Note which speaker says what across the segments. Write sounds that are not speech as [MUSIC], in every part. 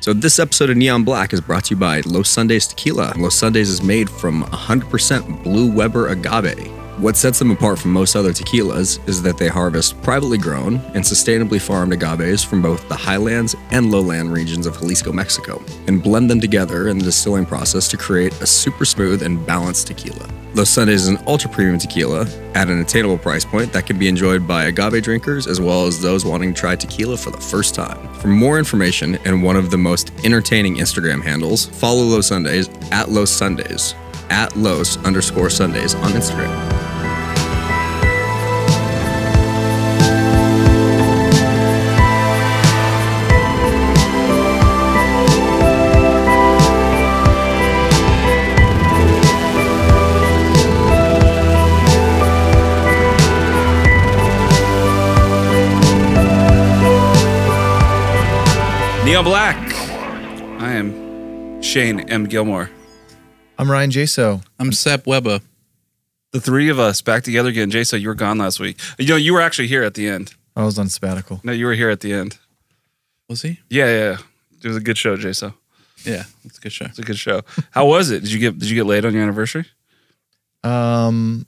Speaker 1: So, this episode of Neon Black is brought to you by Los Sundays Tequila. Los Sundays is made from 100% Blue Weber agave. What sets them apart from most other tequilas is that they harvest privately grown and sustainably farmed agaves from both the highlands and lowland regions of Jalisco, Mexico, and blend them together in the distilling process to create a super smooth and balanced tequila. Los Sundays is an ultra premium tequila at an attainable price point that can be enjoyed by agave drinkers as well as those wanting to try tequila for the first time. For more information and one of the most entertaining Instagram handles, follow Los Sundays at Los Sundays, at Los underscore Sundays on Instagram.
Speaker 2: Neon Black. I am Shane M. Gilmore.
Speaker 3: I'm Ryan Jaso.
Speaker 4: I'm Sep Webber.
Speaker 2: The three of us back together again. Jason, you were gone last week. You know, you were actually here at the end.
Speaker 3: I was on sabbatical.
Speaker 2: No, you were here at the end.
Speaker 4: Was he?
Speaker 2: Yeah, yeah. yeah. It was a good show, Jason.
Speaker 4: Yeah, that's a good show.
Speaker 2: It's a good show. How was it? Did you get Did you get laid on your anniversary?
Speaker 3: Um,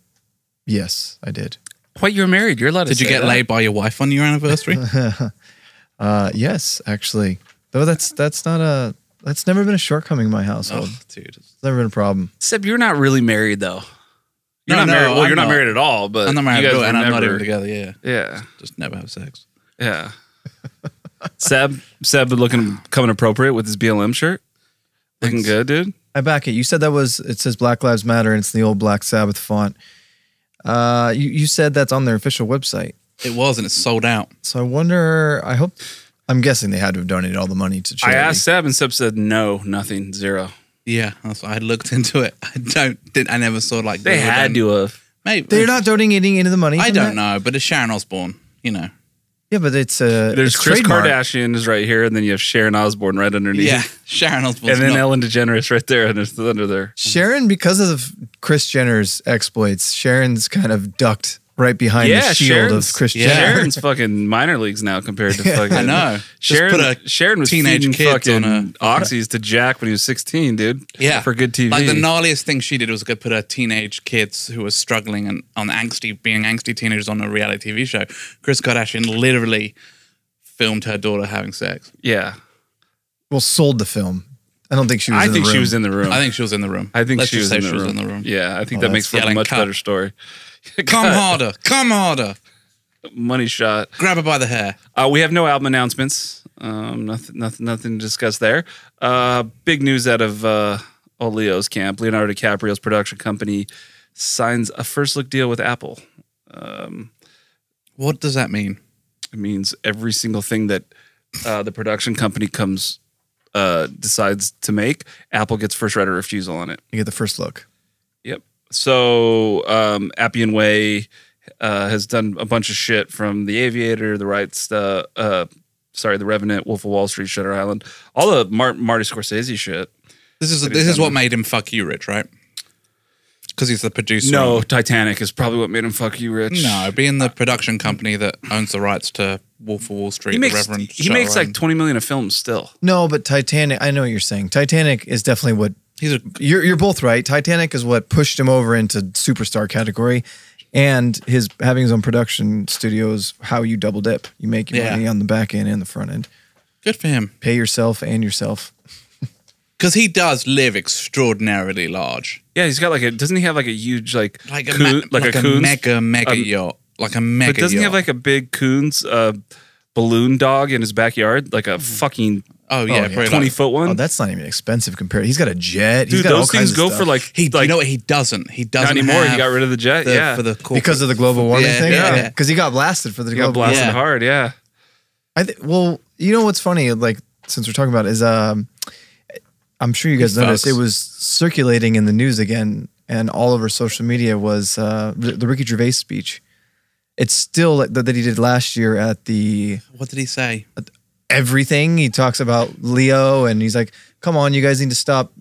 Speaker 3: yes, I did.
Speaker 2: What? You were married. You're allowed.
Speaker 4: Did you get laid by your wife on
Speaker 2: [LAUGHS]
Speaker 4: your anniversary?
Speaker 2: Oh,
Speaker 3: Uh, yes, actually. Though that's that's not a that's never been a shortcoming in my household.
Speaker 4: oh,
Speaker 3: It's
Speaker 4: dude.
Speaker 3: never been a problem.
Speaker 2: Except you're not really married though. You're
Speaker 4: No,
Speaker 2: not
Speaker 4: no,
Speaker 2: married. Well,
Speaker 4: I'm
Speaker 2: you're not,
Speaker 4: not.
Speaker 2: married at all. But
Speaker 4: I'm not
Speaker 2: you
Speaker 4: married,
Speaker 2: guys
Speaker 4: to it,
Speaker 2: were
Speaker 4: and I'm not
Speaker 2: never-
Speaker 4: even together. Yeah,
Speaker 2: Yeah,
Speaker 4: just never have sex.
Speaker 2: yeah. Seb, Seb, looking coming appropriate with his BLM shirt. Looking
Speaker 4: Thanks.
Speaker 2: good, dude.
Speaker 3: I back it. You said that was it says Black Lives Matter and it's the old Black Sabbath font. Uh, you you said that's on their official website.
Speaker 4: It was, and it's sold out.
Speaker 3: So I wonder. I hope. I'm guessing they had to have donated all the money
Speaker 2: I
Speaker 3: to charity.
Speaker 2: asked Seb, and Seb said no, nothing, zero.
Speaker 4: Yeah, that's I looked into it. I don't. Did, I never saw like
Speaker 2: They had to have.
Speaker 4: Maybe
Speaker 3: They're not donating any of the money.
Speaker 4: I
Speaker 3: from
Speaker 4: don't
Speaker 3: that?
Speaker 4: know, but it's Sharon Osbourne.
Speaker 2: [LAUGHS]
Speaker 4: You know.
Speaker 3: Yeah, but it's uh,
Speaker 2: There's
Speaker 3: it's
Speaker 2: Chris
Speaker 3: trademark.
Speaker 2: Kardashian is right here, and then you have Sharon Osbourne right underneath.
Speaker 4: Yeah, Sharon Osbourne.
Speaker 2: And then
Speaker 4: not,
Speaker 2: Ellen DeGeneres right there, and it's under there.
Speaker 3: Mm-hmm. Sharon, because of Chris Jenner's exploits, Sharon's kind of ducked right behind the shield of Chris
Speaker 4: yeah.
Speaker 3: Jenner.
Speaker 2: Sharon's fucking minor leagues now compared to fucking.
Speaker 4: I know. Just
Speaker 2: Sharon,
Speaker 4: put a
Speaker 2: Sharon was
Speaker 4: teenage
Speaker 2: feeding
Speaker 4: kids
Speaker 2: fucking
Speaker 4: on a-
Speaker 2: oxys to Jack when he was 16, dude.
Speaker 4: yeah,
Speaker 2: for good TV.
Speaker 4: Like the gnarliest thing she did was go put her teenage kids who were struggling and on angsty, being angsty teenagers on a reality TV show. Chris Kardashian literally filmed her daughter having sex.
Speaker 2: yeah,
Speaker 3: Well, sold the film. I don't think she was.
Speaker 2: I
Speaker 3: in the
Speaker 2: think she
Speaker 3: room.
Speaker 2: was in the room.
Speaker 4: I think she was in the room.
Speaker 2: Oh. I think
Speaker 4: Let's
Speaker 2: she,
Speaker 4: just
Speaker 2: was,
Speaker 4: say
Speaker 2: in the
Speaker 4: she
Speaker 2: room.
Speaker 4: was in the room.
Speaker 2: Yeah, I think
Speaker 3: Oh,
Speaker 2: that makes
Speaker 4: that's
Speaker 2: for a
Speaker 4: yelling
Speaker 2: much
Speaker 4: cut.
Speaker 2: better story.
Speaker 4: Come
Speaker 2: Cut.
Speaker 4: harder, come harder.
Speaker 2: money shot.
Speaker 4: Grab her by the hair.
Speaker 2: Uh, we have no album announcements. Um, nothing, nothing, nothing to discuss there. Uh, big news out of uh, old Leo's camp. Leonardo DiCaprio's production company signs a first look deal with Apple.
Speaker 4: What does that mean?
Speaker 2: It means every single thing that uh, the production company comes uh, decides to make, Apple gets first right of refusal on it.
Speaker 3: You get the first look.
Speaker 2: Yep. So um, Appian Way uh, has done a bunch of shit from The Aviator, The Rights, uh, uh, sorry, The Revenant, Wolf of Wall Street, Shutter Island, all the Mar- Marty Scorsese shit.
Speaker 4: This is this is what made him fuck you rich, right? Because he's the producer.
Speaker 2: No, Titanic is probably what made him fuck you rich.
Speaker 4: no, being the production company that owns the rights to Wolf of Wall Street,
Speaker 2: he
Speaker 4: the
Speaker 2: makes
Speaker 4: Reverend.
Speaker 2: he makes
Speaker 4: Shutter
Speaker 2: like twenty million a film still.
Speaker 3: No, but Titanic. I know what you're saying. Titanic is definitely what
Speaker 4: He's a
Speaker 3: you're. You're both right. Titanic is what pushed him over into superstar category, and his having his own production studio is how you double dip. You make your
Speaker 4: Yeah.
Speaker 3: money on the back end and the front end.
Speaker 4: good for him
Speaker 3: Pay yourself and yourself.
Speaker 4: because he does live extraordinarily large,
Speaker 2: Yeah, he's got like a doesn't he have like a huge like
Speaker 4: like a
Speaker 2: Coon-
Speaker 4: ma-
Speaker 2: like, a, Coons?
Speaker 4: mega mega
Speaker 2: um,
Speaker 4: yacht, like a mega.
Speaker 2: but doesn't he have
Speaker 4: yacht.
Speaker 2: like a big Coons uh, balloon dog in his backyard like a fucking
Speaker 4: Oh yeah, probably
Speaker 2: twenty
Speaker 4: like-
Speaker 2: foot one?
Speaker 3: Oh, that's not even expensive compared. He's got a jet. He's
Speaker 2: Dude,
Speaker 3: got all
Speaker 2: those things
Speaker 3: kinds of
Speaker 2: go
Speaker 3: stuff.
Speaker 2: for like
Speaker 4: He,
Speaker 2: like
Speaker 4: you know what he doesn't? He doesn't
Speaker 2: not anymore. He
Speaker 4: have
Speaker 2: got rid of the jet.
Speaker 4: the-
Speaker 2: yeah,
Speaker 4: for the corporate-
Speaker 3: because of the global warming
Speaker 4: Yeah,
Speaker 3: thing.
Speaker 4: yeah.
Speaker 3: because he got blasted for the
Speaker 2: He got
Speaker 3: global.
Speaker 2: blasted
Speaker 4: Yeah.
Speaker 2: hard. Yeah,
Speaker 3: I th- well, you know what's funny? Like since we're talking about it, is um, I'm sure you guys noticed
Speaker 4: folks.
Speaker 3: it was circulating in the news again, and all over social media was uh, the the Ricky Gervais speech. It's still like that that he did last year at the
Speaker 4: what did he say?
Speaker 3: everything. He talks about Leo, and he's like, "Come on, you guys need to stop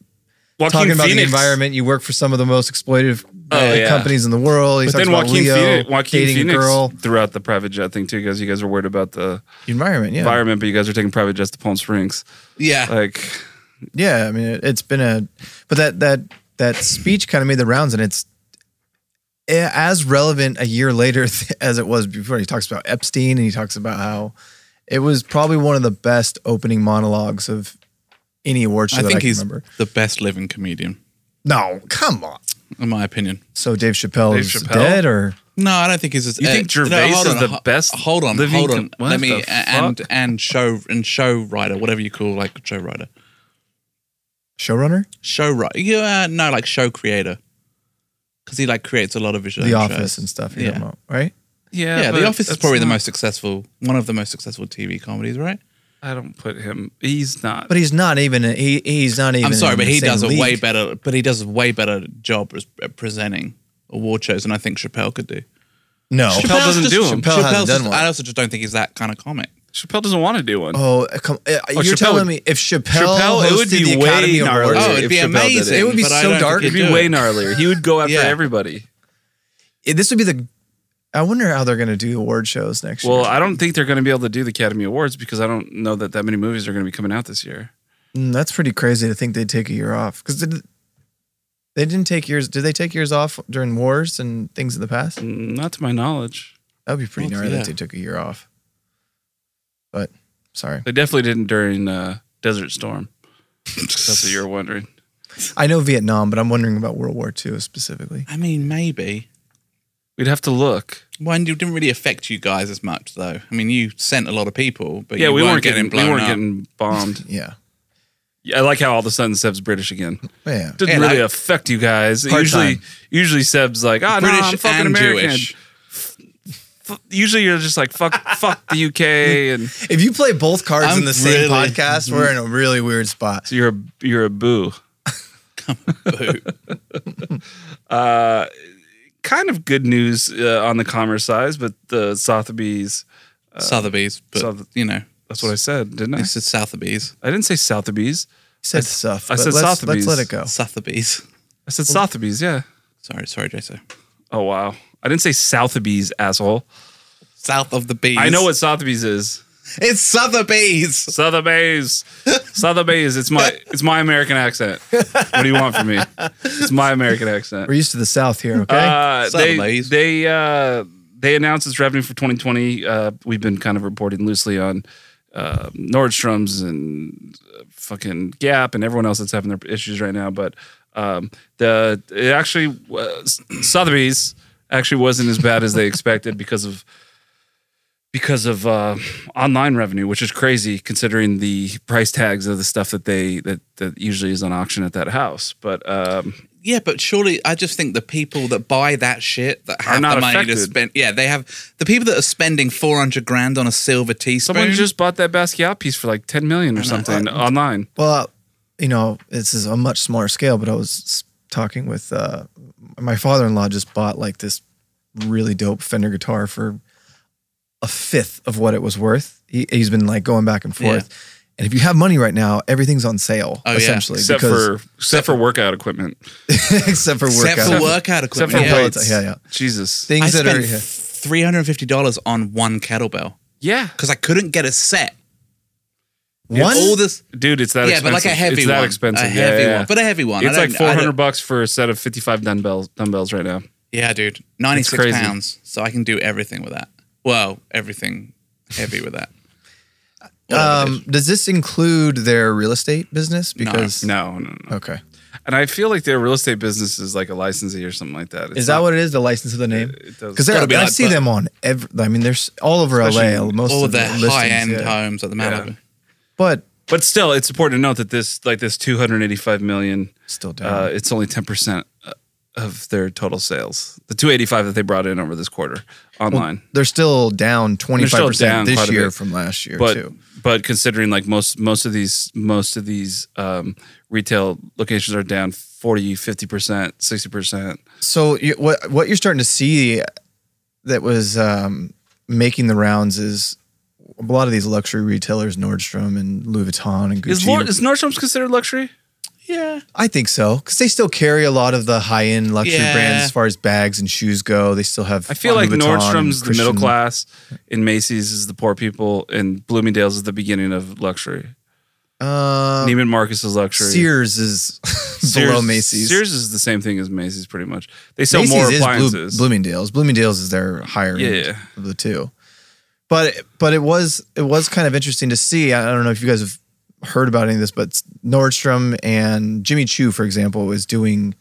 Speaker 2: Joaquin
Speaker 3: talking about the
Speaker 2: Phoenix.
Speaker 3: environment. You work for some of the most exploitive uh,
Speaker 2: Oh, yeah.
Speaker 3: companies in the world. He
Speaker 2: But
Speaker 3: talks
Speaker 2: then
Speaker 3: about
Speaker 2: Joaquin,
Speaker 3: Leo
Speaker 2: Phoenix, Joaquin
Speaker 3: dating
Speaker 2: Phoenix
Speaker 3: a girl,
Speaker 2: threw out the private jet thing too, because you guys were worried about the
Speaker 3: The environment. Yeah,
Speaker 2: environment, but you guys are taking private jets to Palm Springs.
Speaker 4: Yeah.
Speaker 2: Like,
Speaker 3: yeah. I mean, it, it's been a, but that that that speech kind of made the rounds, and it's a- as relevant a year later [LAUGHS] as it was before. He talks about Epstein, and he talks about how it was probably one of the best opening monologues of any award show.
Speaker 4: I
Speaker 3: that
Speaker 4: think
Speaker 3: can
Speaker 4: he's
Speaker 3: remember.
Speaker 4: the best living comedian,
Speaker 3: no, come on.
Speaker 4: in my opinion.
Speaker 3: So Dave Chappelle
Speaker 2: Dave
Speaker 3: is
Speaker 2: Chappelle?
Speaker 3: dead, or
Speaker 4: No, I don't think he's. As, uh,
Speaker 2: You think Gervais
Speaker 4: hold
Speaker 2: is
Speaker 4: on,
Speaker 2: the
Speaker 4: ho-
Speaker 2: best
Speaker 4: Hold on,
Speaker 2: living
Speaker 4: hold
Speaker 2: com-
Speaker 4: on.
Speaker 2: what
Speaker 4: Let me
Speaker 2: the
Speaker 4: and
Speaker 2: fuck?
Speaker 4: and show and show writer, whatever you call like show writer,
Speaker 3: showrunner,
Speaker 4: show writer. Yeah, no, like show creator, because he like creates a lot of visual
Speaker 3: The
Speaker 4: shows.
Speaker 3: Office and stuff.
Speaker 4: Yeah.
Speaker 3: You know, right?
Speaker 2: yeah,
Speaker 4: Yeah,
Speaker 2: but
Speaker 4: The Office is
Speaker 2: that's
Speaker 4: probably the
Speaker 2: not-
Speaker 4: most successful, one of the most successful TV comedies, right?
Speaker 2: I don't put him. He's not.
Speaker 3: But he's not even. He he's not even.
Speaker 4: I'm sorry,
Speaker 3: in
Speaker 4: but
Speaker 3: the
Speaker 4: he
Speaker 3: same
Speaker 4: does a
Speaker 3: league.
Speaker 4: way better. But he does a way better job as- at presenting award shows than I think Chappelle could do.
Speaker 3: No.
Speaker 2: Chappelle doesn't do 'em.
Speaker 3: Chappelle hasn't done
Speaker 4: Chappelle's just-
Speaker 3: one.
Speaker 4: I also just don't think he's that kind of comic.
Speaker 2: Chappelle doesn't want to do one.
Speaker 3: Oh, come, uh, you're
Speaker 2: Chappelle
Speaker 3: telling
Speaker 2: would-
Speaker 3: me if Chappelle,
Speaker 2: Chappelle, it would
Speaker 3: hosted
Speaker 2: be
Speaker 3: the
Speaker 2: way
Speaker 3: Academy Awards,
Speaker 2: gnarly.
Speaker 4: Oh, it'd
Speaker 2: if
Speaker 4: be
Speaker 2: Chappelle did it.
Speaker 4: amazing.
Speaker 3: It would be
Speaker 4: but I
Speaker 3: so
Speaker 4: don't think
Speaker 3: dark.
Speaker 4: he'd
Speaker 2: It'd be
Speaker 4: do
Speaker 2: way
Speaker 4: it.
Speaker 2: gnarlier. He would go after
Speaker 4: Yeah.
Speaker 2: everybody.
Speaker 3: it- this would be the. I wonder how they're going to do award shows next
Speaker 2: Well,
Speaker 3: year.
Speaker 2: I don't think they're going to be able to do the Academy Awards because I don't know that that many movies are going to be coming out this year.
Speaker 3: Mm, that's pretty crazy to think they'd take a year off because did, they didn't take years. Did they take years off during wars and things in the past?
Speaker 2: Mm, Not to my knowledge.
Speaker 3: That would be pretty
Speaker 4: Well,
Speaker 3: gnarly
Speaker 4: yeah.
Speaker 3: that they took a year off. But sorry,
Speaker 2: They definitely didn't during uh, Desert Storm. That's what you're wondering.
Speaker 3: I know Vietnam, but I'm wondering about World War II specifically.
Speaker 4: I mean, maybe.
Speaker 2: We'd have to look.
Speaker 4: One didn't really affect you guys as much, though. I mean, you sent a lot of people, but
Speaker 2: yeah,
Speaker 4: you
Speaker 2: we
Speaker 4: weren't,
Speaker 2: weren't getting,
Speaker 4: blown
Speaker 2: we weren't
Speaker 4: up.
Speaker 2: getting bombed.
Speaker 3: Yeah,
Speaker 2: Yeah, I like how all of a sudden Seb's British again.
Speaker 3: yeah.
Speaker 2: Didn't
Speaker 4: And
Speaker 2: really
Speaker 4: I-
Speaker 2: affect you guys.
Speaker 3: Part-time.
Speaker 2: Usually, usually Seb's like, ah, no, I'm
Speaker 4: British
Speaker 2: fucking
Speaker 4: and
Speaker 2: American.
Speaker 4: Jewish.
Speaker 2: F- Usually, you're just like, fuck, [LAUGHS] fuck the UK, and
Speaker 3: If you play both cards
Speaker 4: I'm
Speaker 3: in the same
Speaker 4: really-
Speaker 3: podcast, we're in a really weird spot.
Speaker 2: so you're a, you're a boo.
Speaker 4: Boo.
Speaker 2: [LAUGHS] Uh, kind of good news uh, on the commerce side, but the Sotheby's. Uh,
Speaker 4: Sotheby's, but
Speaker 2: Soth-
Speaker 4: you know,
Speaker 2: That's what I said, didn't I?
Speaker 4: it's just Sotheby's,
Speaker 2: I didn't say Sotheby's.
Speaker 3: said stuff.
Speaker 2: I
Speaker 3: but
Speaker 2: said
Speaker 3: let's,
Speaker 2: Sotheby's.
Speaker 3: let's let it go.
Speaker 4: Sotheby's.
Speaker 2: I said Sotheby's. Yeah.
Speaker 4: Sorry, sorry, Jaso.
Speaker 2: Oh wow. I didn't say Sotheby's, asshole.
Speaker 4: South of the bees.
Speaker 2: I know what Sotheby's is.
Speaker 4: it's Sotheby's.
Speaker 2: Sotheby's. Sotheby's. It's my it's my American accent. What do you want from me? It's my American accent.
Speaker 3: We're used to the South here, okay?
Speaker 2: Uh, they
Speaker 4: Sotheby's.
Speaker 2: they uh, they announced its revenue for 2020. Uh, we've been kind of reporting loosely on uh, Nordstrom's and uh, fucking Gap and everyone else that's having their issues right now. But um, the it actually was, Sotheby's actually wasn't as bad as they expected because of because of uh, online revenue, which is crazy considering the price tags of the stuff that they that that usually is on auction at that house. But um,
Speaker 4: Yeah, but surely I just think the people that buy that shit that have
Speaker 2: not
Speaker 4: the money to
Speaker 2: affected.
Speaker 4: spend. Yeah, they have the people that are spending four hundred grand on a silver teaspoon.
Speaker 2: Someone just bought that Basquiat piece for like 10 million or something online.
Speaker 3: well, you know, this is a much smaller scale, but I was s- talking with uh, my father in law, just bought like this really dope Fender guitar for a fifth of what it was worth. He, he's been like going back and forth. And if you have money right now, everything's on sale,
Speaker 4: Oh, yeah.
Speaker 3: essentially.
Speaker 2: Except for except for workout equipment.
Speaker 3: [LAUGHS] except for workout.
Speaker 4: except for workout
Speaker 2: Except
Speaker 4: equipment.
Speaker 2: for
Speaker 4: yeah.
Speaker 3: weight.
Speaker 2: weights.
Speaker 3: Yeah, yeah.
Speaker 2: Jesus.
Speaker 4: I
Speaker 3: Things that are.
Speaker 4: spent three hundred and fifty dollars on one kettlebell
Speaker 2: yeah.
Speaker 4: because I couldn't get a set.
Speaker 3: One?
Speaker 4: All this,
Speaker 2: Dude, it's that
Speaker 4: yeah,
Speaker 2: expensive.
Speaker 4: but like a heavy
Speaker 2: it's
Speaker 4: one,
Speaker 2: that expensive.
Speaker 4: a heavy
Speaker 2: yeah, yeah.
Speaker 4: one, but a heavy one. I
Speaker 2: it's like
Speaker 4: don't- I don't-
Speaker 2: 400 bucks for a set of 55 dumbbells dumbbells right now.
Speaker 4: Yeah, dude, ninety six
Speaker 2: crazy.
Speaker 4: pounds. So I can do everything with that. Well, everything heavy with that. Whatever it
Speaker 3: um, does this include their real estate business? Because.
Speaker 2: No, no, no.
Speaker 3: Okay.
Speaker 2: And I feel like their real estate business is like a licensee or something like that. It's
Speaker 3: Is that
Speaker 2: not-
Speaker 3: what it is? The license of the name?
Speaker 4: Uh,
Speaker 2: it does.
Speaker 3: Because I
Speaker 4: Gotta be like
Speaker 3: see
Speaker 4: that.
Speaker 3: them on every. I mean, there's all over
Speaker 2: Especially
Speaker 3: LA. Most
Speaker 4: all
Speaker 3: of the
Speaker 4: the
Speaker 3: listings,
Speaker 4: high end
Speaker 3: yeah.
Speaker 2: uh,
Speaker 4: homes at the Malibu.
Speaker 2: Yeah.
Speaker 3: but
Speaker 2: But still, it's important to note that this like this 285 million
Speaker 3: still down.
Speaker 2: uh, it's only 10% of their total sales. The 285 that they brought in over this quarter online.
Speaker 3: they're still down twenty five
Speaker 2: down
Speaker 3: percent
Speaker 2: quite
Speaker 3: this
Speaker 2: a
Speaker 3: year
Speaker 2: bit.
Speaker 3: from last year
Speaker 2: but
Speaker 3: too.
Speaker 2: but considering like most most of these most of these um, retail locations are down 40 50 percent 60 percent
Speaker 3: So you, what what you're starting to see that was um, making the rounds is a lot of these luxury retailers, Nordstrom and Louis Vuitton and Gucci.
Speaker 2: is, Lord, is nordstrom's considered luxury
Speaker 4: Yeah.
Speaker 3: I think so because they still carry a lot of the high end luxury
Speaker 4: Yeah.
Speaker 3: brands as far as bags and shoes go. They still have.
Speaker 2: I feel
Speaker 3: Louis
Speaker 2: like
Speaker 3: Vuitton and
Speaker 2: Nordstrom's the middle
Speaker 3: Christian-
Speaker 2: class, and Macy's is the poor people, and Bloomingdale's is the beginning of luxury.
Speaker 3: Uh,
Speaker 2: Neiman Marcus is luxury.
Speaker 3: Sears is [LAUGHS] below Macy's.
Speaker 2: Sears is the same thing as Macy's, pretty much. They sell
Speaker 3: Macy's
Speaker 2: more
Speaker 3: is Blue,
Speaker 2: appliances.
Speaker 3: Bloomingdale's. Bloomingdale's is their higher
Speaker 2: Yeah,
Speaker 3: end
Speaker 2: yeah.
Speaker 3: of the two. But but it was it was kind of interesting to see. I don't know if you guys have heard about any of this, but Nordstrom and Jimmy Choo, for example, is doing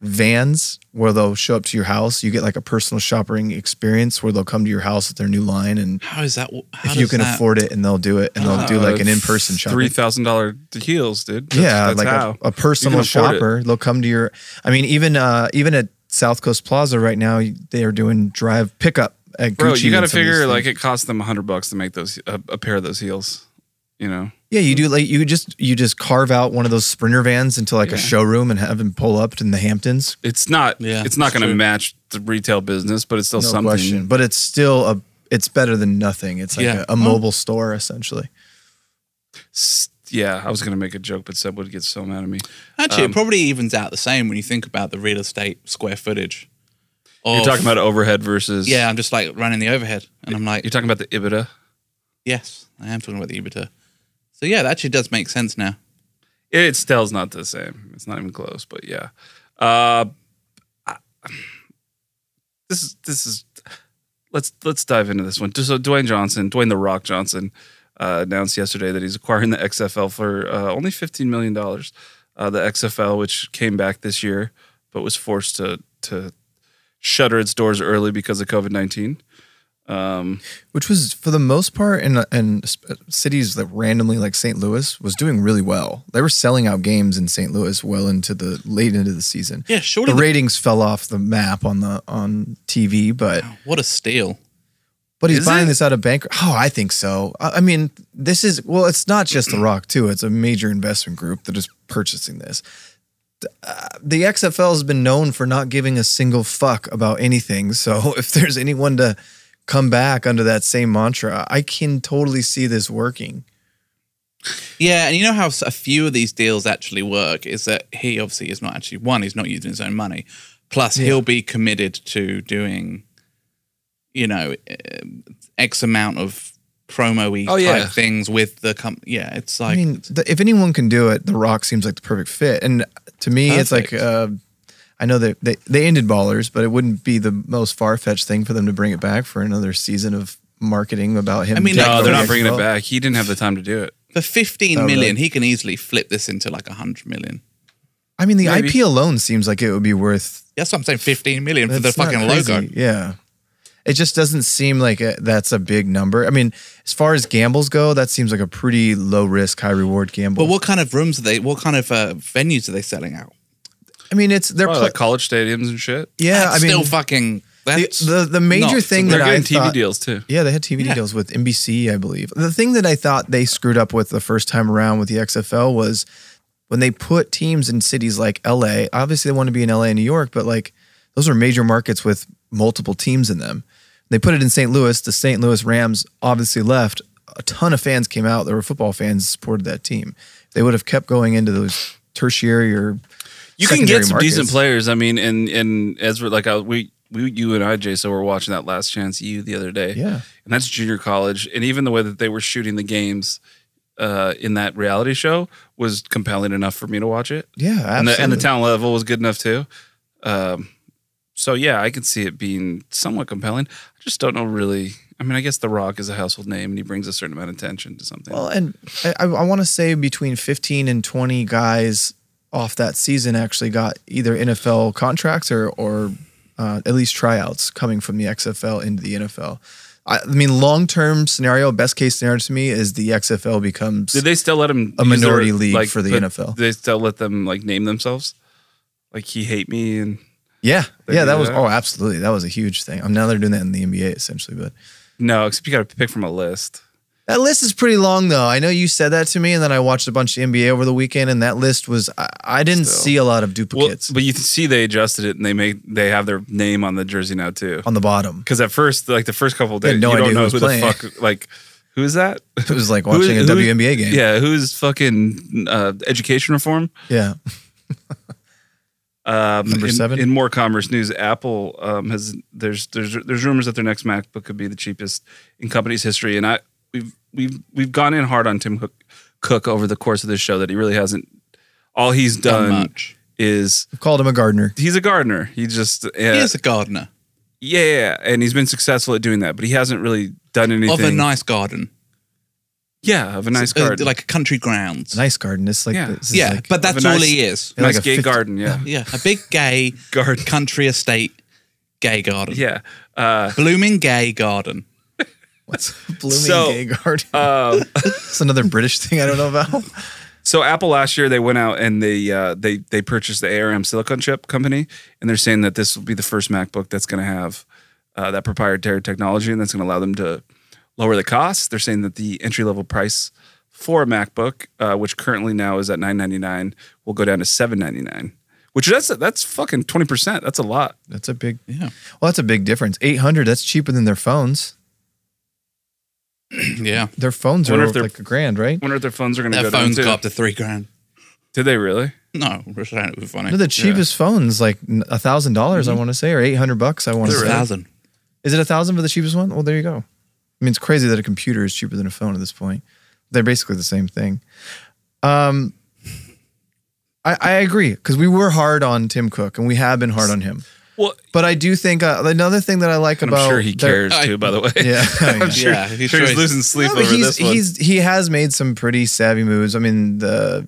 Speaker 3: vans where they'll show up to your house. You get like a personal shopping experience where they'll come to your house with their new line and
Speaker 4: How is that? How
Speaker 3: if you
Speaker 4: does
Speaker 3: can
Speaker 4: that-
Speaker 3: afford it and they'll do it and they'll do like an in person shopping.
Speaker 2: Uh, Three thousand dollar heels, dude. That's,
Speaker 3: yeah,
Speaker 2: that's
Speaker 3: like
Speaker 2: how.
Speaker 3: A, a personal
Speaker 2: afford it.
Speaker 3: shopper. They'll come to your. I mean, even uh, even at South Coast Plaza right now, they are doing drive pickup at
Speaker 2: Bro,
Speaker 3: Gucci.
Speaker 2: you got to
Speaker 3: and some of these
Speaker 2: figure like
Speaker 3: things.
Speaker 2: it cost them a hundred bucks to make those a, a pair of those heels. You know,
Speaker 3: yeah, you do like you just you just carve out one of those Sprinter vans into like
Speaker 2: Yeah.
Speaker 3: a showroom and have them pull up in the Hamptons.
Speaker 2: it's not.
Speaker 4: Yeah,
Speaker 2: it's not
Speaker 4: it's
Speaker 2: going to
Speaker 4: true.
Speaker 2: match the retail business, but it's still
Speaker 3: no
Speaker 2: something.
Speaker 3: question, but it's still a it's better than nothing. It's like
Speaker 4: Yeah.
Speaker 3: a, a mobile store essentially.
Speaker 2: S- Yeah, I was going to make a joke, but Seb would get so mad at me.
Speaker 4: Actually,
Speaker 2: Um,
Speaker 4: it probably evens out the same when you think about the real estate square footage.
Speaker 2: You're
Speaker 3: Oh.
Speaker 4: of-
Speaker 2: talking about overhead versus.
Speaker 4: Yeah, I'm just like running the overhead, and I'm like,
Speaker 2: You're talking about the EBITDA.
Speaker 4: yes, I am talking about the EBITDA. So yeah, that actually does make sense now.
Speaker 2: It still's not the same. It's not even close. But yeah, uh, I- this is this is. Let's let's dive into this one. So Dwayne Johnson, Dwayne the Rock Johnson, uh, announced yesterday that he's acquiring the XFL for uh, only fifteen million dollars. Uh, the XFL, which came back this year, but was forced to to shutter its doors early because of COVID nineteen. Um,
Speaker 3: Which was for the most part in in sp- cities that randomly like St. Louis was doing really well. They were selling out games in St. Louis well into the late into the season.
Speaker 4: Yeah, surely.
Speaker 3: the
Speaker 4: The
Speaker 3: ratings fell off the map on the on TV, but
Speaker 4: what a steal!
Speaker 3: but he's
Speaker 2: Is
Speaker 3: buying
Speaker 2: it?
Speaker 3: this out of bank. Oh, I think so. I I mean, this is well, it's not just The Rock too. It's a major investment group that is purchasing this. Th- uh, The XFL has been known for not giving a single fuck about anything. So [LAUGHS] if there's anyone to come back under that same mantra, I can totally see this working.
Speaker 4: Yeah, and you know how s- a few of these deals actually work is that he obviously is not actually one. He's not using his own money. Plus, he'll be committed to doing, you know, um, x amount of promo-y
Speaker 2: Oh,
Speaker 4: type
Speaker 2: yeah.
Speaker 4: things with the company. Yeah, it's
Speaker 3: I
Speaker 4: like
Speaker 3: mean, the, if anyone can do it, The Rock seems like the perfect fit. And to me, it's like
Speaker 4: Perfect.
Speaker 3: uh, I know that they, they ended Ballers, but it wouldn't be the most far fetched thing for them to bring it back for another season of marketing about him.
Speaker 4: I mean,
Speaker 3: taking
Speaker 4: like-
Speaker 2: no,
Speaker 3: over
Speaker 2: they're
Speaker 3: the
Speaker 2: not bringing it
Speaker 3: XFL.
Speaker 2: back. He didn't have the time to do it.
Speaker 4: for fifteen
Speaker 3: Oh,
Speaker 4: million,
Speaker 3: really?
Speaker 4: he can easily flip this into like a hundred million.
Speaker 3: I mean, the
Speaker 2: Maybe.
Speaker 3: IP alone seems like it would be worth
Speaker 4: That's what I'm saying. Fifteen million for the
Speaker 3: That's not
Speaker 4: fucking
Speaker 3: crazy.
Speaker 4: logo.
Speaker 3: Yeah. It just doesn't seem like a, that's a big number. I mean, as far as gambles go, that seems like a pretty low risk, high reward gamble.
Speaker 4: But what kind of rooms are they? What kind of uh, venues are they selling out?
Speaker 3: I mean, it's they're
Speaker 2: Probably
Speaker 3: pla-
Speaker 2: like college stadiums and shit.
Speaker 3: yeah.
Speaker 4: That's
Speaker 3: I mean,
Speaker 4: still fucking. That's
Speaker 3: the, the the major
Speaker 4: nuts.
Speaker 3: thing
Speaker 2: They're
Speaker 3: that I
Speaker 2: getting TV
Speaker 3: thought-
Speaker 2: deals too.
Speaker 3: Yeah, they had TV
Speaker 4: Yeah.
Speaker 3: deals with NBC, I believe. The thing that I thought they screwed up with the first time around with the XFL was when they put teams in cities like LA. Obviously, they want to be in LA and New York, but like those are major markets with multiple teams in them. They put it in St. Louis. The St. Louis Rams obviously left. A ton of fans came out. There were football fans that supported that team. They would have kept going into those tertiary or
Speaker 2: you can
Speaker 3: secondary
Speaker 2: get some decent
Speaker 3: markets.
Speaker 2: players. I mean, and and as we're like I, we we you and I, Jay, so we're watching that Last Chance U the other day,
Speaker 3: Yeah.
Speaker 2: and that's junior college, and even the way that they were shooting the games uh, in that reality show was compelling enough for me to watch it,
Speaker 3: Yeah, absolutely.
Speaker 2: and the, and the talent level was good enough too. Um, so yeah, I can see it being somewhat compelling. I just don't know really. I mean, I guess The Rock is a household name, and he brings a certain amount of attention to something.
Speaker 3: Well, and I, I want to say between 15 and 20 guys off that season actually got either NFL contracts or, or uh, at least tryouts coming from the XFL into the NFL. I, I mean, long term scenario, best case scenario to me is the XFL becomes.
Speaker 2: Did they still let him
Speaker 3: A
Speaker 2: use
Speaker 3: minority league for the
Speaker 2: but
Speaker 3: NFL.
Speaker 2: They still let them like name themselves. Like he hate me and
Speaker 3: yeah,
Speaker 2: they
Speaker 3: yeah,
Speaker 2: do
Speaker 3: that was.
Speaker 2: that?
Speaker 3: Oh, absolutely, that was a huge thing. Um, now they're doing that in the NBA essentially, but
Speaker 2: no, except you got to pick from a list.
Speaker 3: That list is pretty long, though. I know you said that to me, and then I watched a bunch of NBA over the weekend, and that list was. I, I didn't
Speaker 2: Still.
Speaker 3: see a lot of
Speaker 2: Well,
Speaker 3: duplicates
Speaker 2: but you can see they adjusted it and they make they have their name on the jersey now too.
Speaker 3: on the bottom.
Speaker 2: Because at first, like the first couple of days,
Speaker 3: no
Speaker 2: you don't
Speaker 3: idea
Speaker 2: know
Speaker 3: who
Speaker 2: who
Speaker 3: was
Speaker 2: the
Speaker 3: playing.
Speaker 2: fuck like Who is that?
Speaker 3: It was like watching
Speaker 2: [LAUGHS] Who-
Speaker 3: a
Speaker 2: who-
Speaker 3: WNBA game.
Speaker 2: Yeah, who's fucking uh, education reform?
Speaker 3: Yeah.
Speaker 2: Um,
Speaker 3: Number
Speaker 2: in,
Speaker 3: seven?
Speaker 2: In more commerce news, Apple um, has there's there's there's rumors that their next MacBook could be the cheapest in company's history, and I we've we've we've gone in hard on Tim Cook, Cook over the course of this show that he really hasn't. All he's
Speaker 4: done
Speaker 2: done
Speaker 4: much.
Speaker 2: is
Speaker 3: Called him a gardener.
Speaker 2: he's a gardener. He just uh,
Speaker 4: He is a gardener
Speaker 2: yeah, yeah, yeah, and he's been successful at doing that, but he hasn't really done anything.
Speaker 4: of a nice garden,
Speaker 2: yeah, of a nice
Speaker 4: Uh,
Speaker 2: garden,
Speaker 4: like a country grounds.
Speaker 3: A nice garden. It's like
Speaker 2: Yeah.
Speaker 3: this is
Speaker 4: yeah,
Speaker 2: [LAUGHS]
Speaker 3: like-
Speaker 4: but that's
Speaker 2: Of a
Speaker 4: all
Speaker 2: nice-
Speaker 4: he is.
Speaker 2: nice
Speaker 3: like a
Speaker 2: gay
Speaker 3: 50
Speaker 2: garden.
Speaker 4: [LAUGHS]
Speaker 2: Yeah,
Speaker 4: Yeah, a big
Speaker 3: [LAUGHS]
Speaker 4: gay
Speaker 2: garden.
Speaker 4: country estate, gay garden,
Speaker 2: Yeah. Uh,
Speaker 4: blooming gay garden.
Speaker 3: what's a blooming
Speaker 2: So,
Speaker 3: gay garden?
Speaker 2: um,
Speaker 3: [LAUGHS] It's another British thing I don't know about. [LAUGHS]
Speaker 2: So Apple last year they went out and they uh, they they purchased the ARM silicon chip company, and they're saying that this will be the first MacBook that's going to have uh, that proprietary technology, and that's going to allow them to lower the cost. They're saying that the entry level price for a MacBook, uh, which currently now is at nine ninety nine, will go down to seven ninety nine. Which that's that's fucking twenty percent. That's a lot.
Speaker 3: That's a big
Speaker 4: Yeah, [CLEARS THROAT]
Speaker 3: well, that's a big difference. Eight hundred, that's cheaper than their phones.
Speaker 4: yeah.
Speaker 3: Their phones
Speaker 2: Wonder
Speaker 3: are
Speaker 2: if they're-
Speaker 3: like a grand, right?
Speaker 2: I wonder if their phones are going to go
Speaker 4: Their
Speaker 2: down
Speaker 4: phones
Speaker 2: too.
Speaker 4: got up to three grand.
Speaker 2: Did they really?
Speaker 4: No, [LAUGHS] we're saying it was funny.
Speaker 3: No, the cheapest phones like a thousand dollars,
Speaker 2: Mm-hmm.
Speaker 3: I want to say, or eight hundred bucks, I want to
Speaker 4: It's
Speaker 3: say.
Speaker 4: a thousand.
Speaker 3: Is it a thousand for the cheapest one? Well, there you go. I mean, it's crazy that a computer is cheaper than a phone at this point. They're basically the same thing. Um, I, I agree because we were hard on Tim Cook and we have been hard on him.
Speaker 2: Well,
Speaker 3: But I do think uh, another thing that I like
Speaker 2: and
Speaker 3: about
Speaker 2: I'm sure he
Speaker 3: their-
Speaker 2: cares too. By the way,
Speaker 3: [LAUGHS] Yeah,
Speaker 2: [LAUGHS] I'm sure,
Speaker 4: Yeah, he's
Speaker 2: sure he's
Speaker 4: sure-
Speaker 2: losing sleep
Speaker 3: No,
Speaker 2: over
Speaker 3: but he's,
Speaker 2: this one.
Speaker 3: he's he has made some pretty savvy moves. I mean the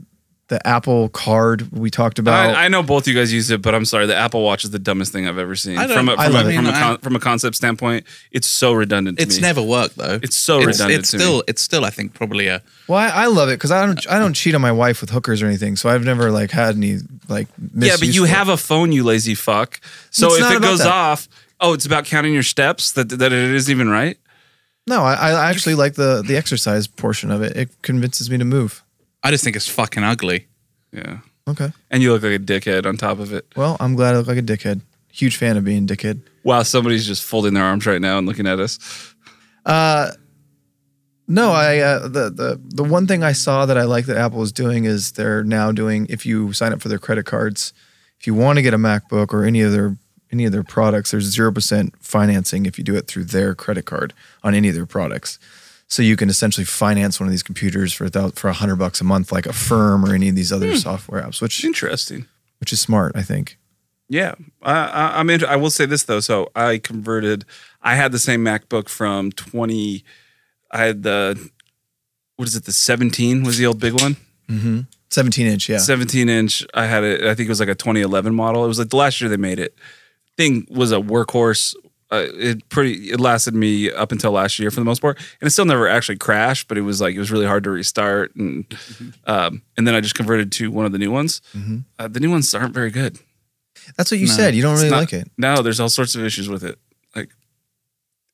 Speaker 3: the Apple Card we talked about.
Speaker 2: I, I know both you guys used it, but I'm sorry. The Apple Watch is the dumbest thing I've ever seen.
Speaker 4: I don't-
Speaker 2: From a,
Speaker 3: I
Speaker 2: from,
Speaker 3: love
Speaker 2: a,
Speaker 3: it.
Speaker 2: from, a
Speaker 4: I-
Speaker 2: con, from a concept standpoint, it's so redundant. To
Speaker 4: It's
Speaker 2: me.
Speaker 4: never worked though.
Speaker 2: It's so
Speaker 4: it's,
Speaker 2: redundant
Speaker 4: It's
Speaker 2: to
Speaker 4: still,
Speaker 2: me.
Speaker 4: it's still, I think, probably a
Speaker 3: well, I, I love it because I don't I don't cheat on my wife with hookers or anything, so I've never like had any like
Speaker 2: Yeah, but
Speaker 3: misuse
Speaker 2: you
Speaker 3: for it.
Speaker 2: have a phone, you lazy fuck. So
Speaker 3: It's
Speaker 2: if
Speaker 3: not
Speaker 2: it
Speaker 3: about
Speaker 2: goes
Speaker 3: that.
Speaker 2: off, oh, it's about counting your steps. That that it isn't even right.
Speaker 3: No, I, I actually like the the exercise portion of it. It convinces me to move.
Speaker 4: I just think it's fucking ugly.
Speaker 2: Yeah,
Speaker 3: Okay.
Speaker 2: and you look like a dickhead on top of it.
Speaker 3: Well, I'm glad I look like a dickhead. Huge fan of being dickhead.
Speaker 2: Wow, somebody's just folding their arms right now and looking at us.
Speaker 3: Uh, no, I uh, the the the one thing I saw that I like that Apple is doing is they're now doing if you sign up for their credit cards, if you want to get a MacBook or any of their any of their products, there's zero percent financing if you do it through their credit card on any of their products. So you can essentially finance one of these computers for a thou- for a hundred bucks a month, like a firm or any of these other software apps, which
Speaker 2: Interesting.
Speaker 3: which is smart, I think.
Speaker 2: Yeah, I, I, I'm. In, I will say this though. So I converted. I had the same MacBook from 20. I had the what is it? The 17 was the old big one.
Speaker 3: Mm-hmm. 17 inch, yeah.
Speaker 2: 17 inch. I had it. I think it was like a 2011 model. It was like the last year they made it. Thing was a workhorse. Uh, it pretty. It lasted me up until last year for the most part, and it still never actually crashed. But it was like it was really hard to restart, and um, and then I just converted to one of the new ones.
Speaker 3: Mhm.
Speaker 2: Uh, the new ones aren't very good.
Speaker 3: That's what you
Speaker 4: No,
Speaker 3: said. You don't
Speaker 2: it's
Speaker 3: really
Speaker 2: not-
Speaker 3: like it.
Speaker 2: No, there's all sorts of issues with it. Like,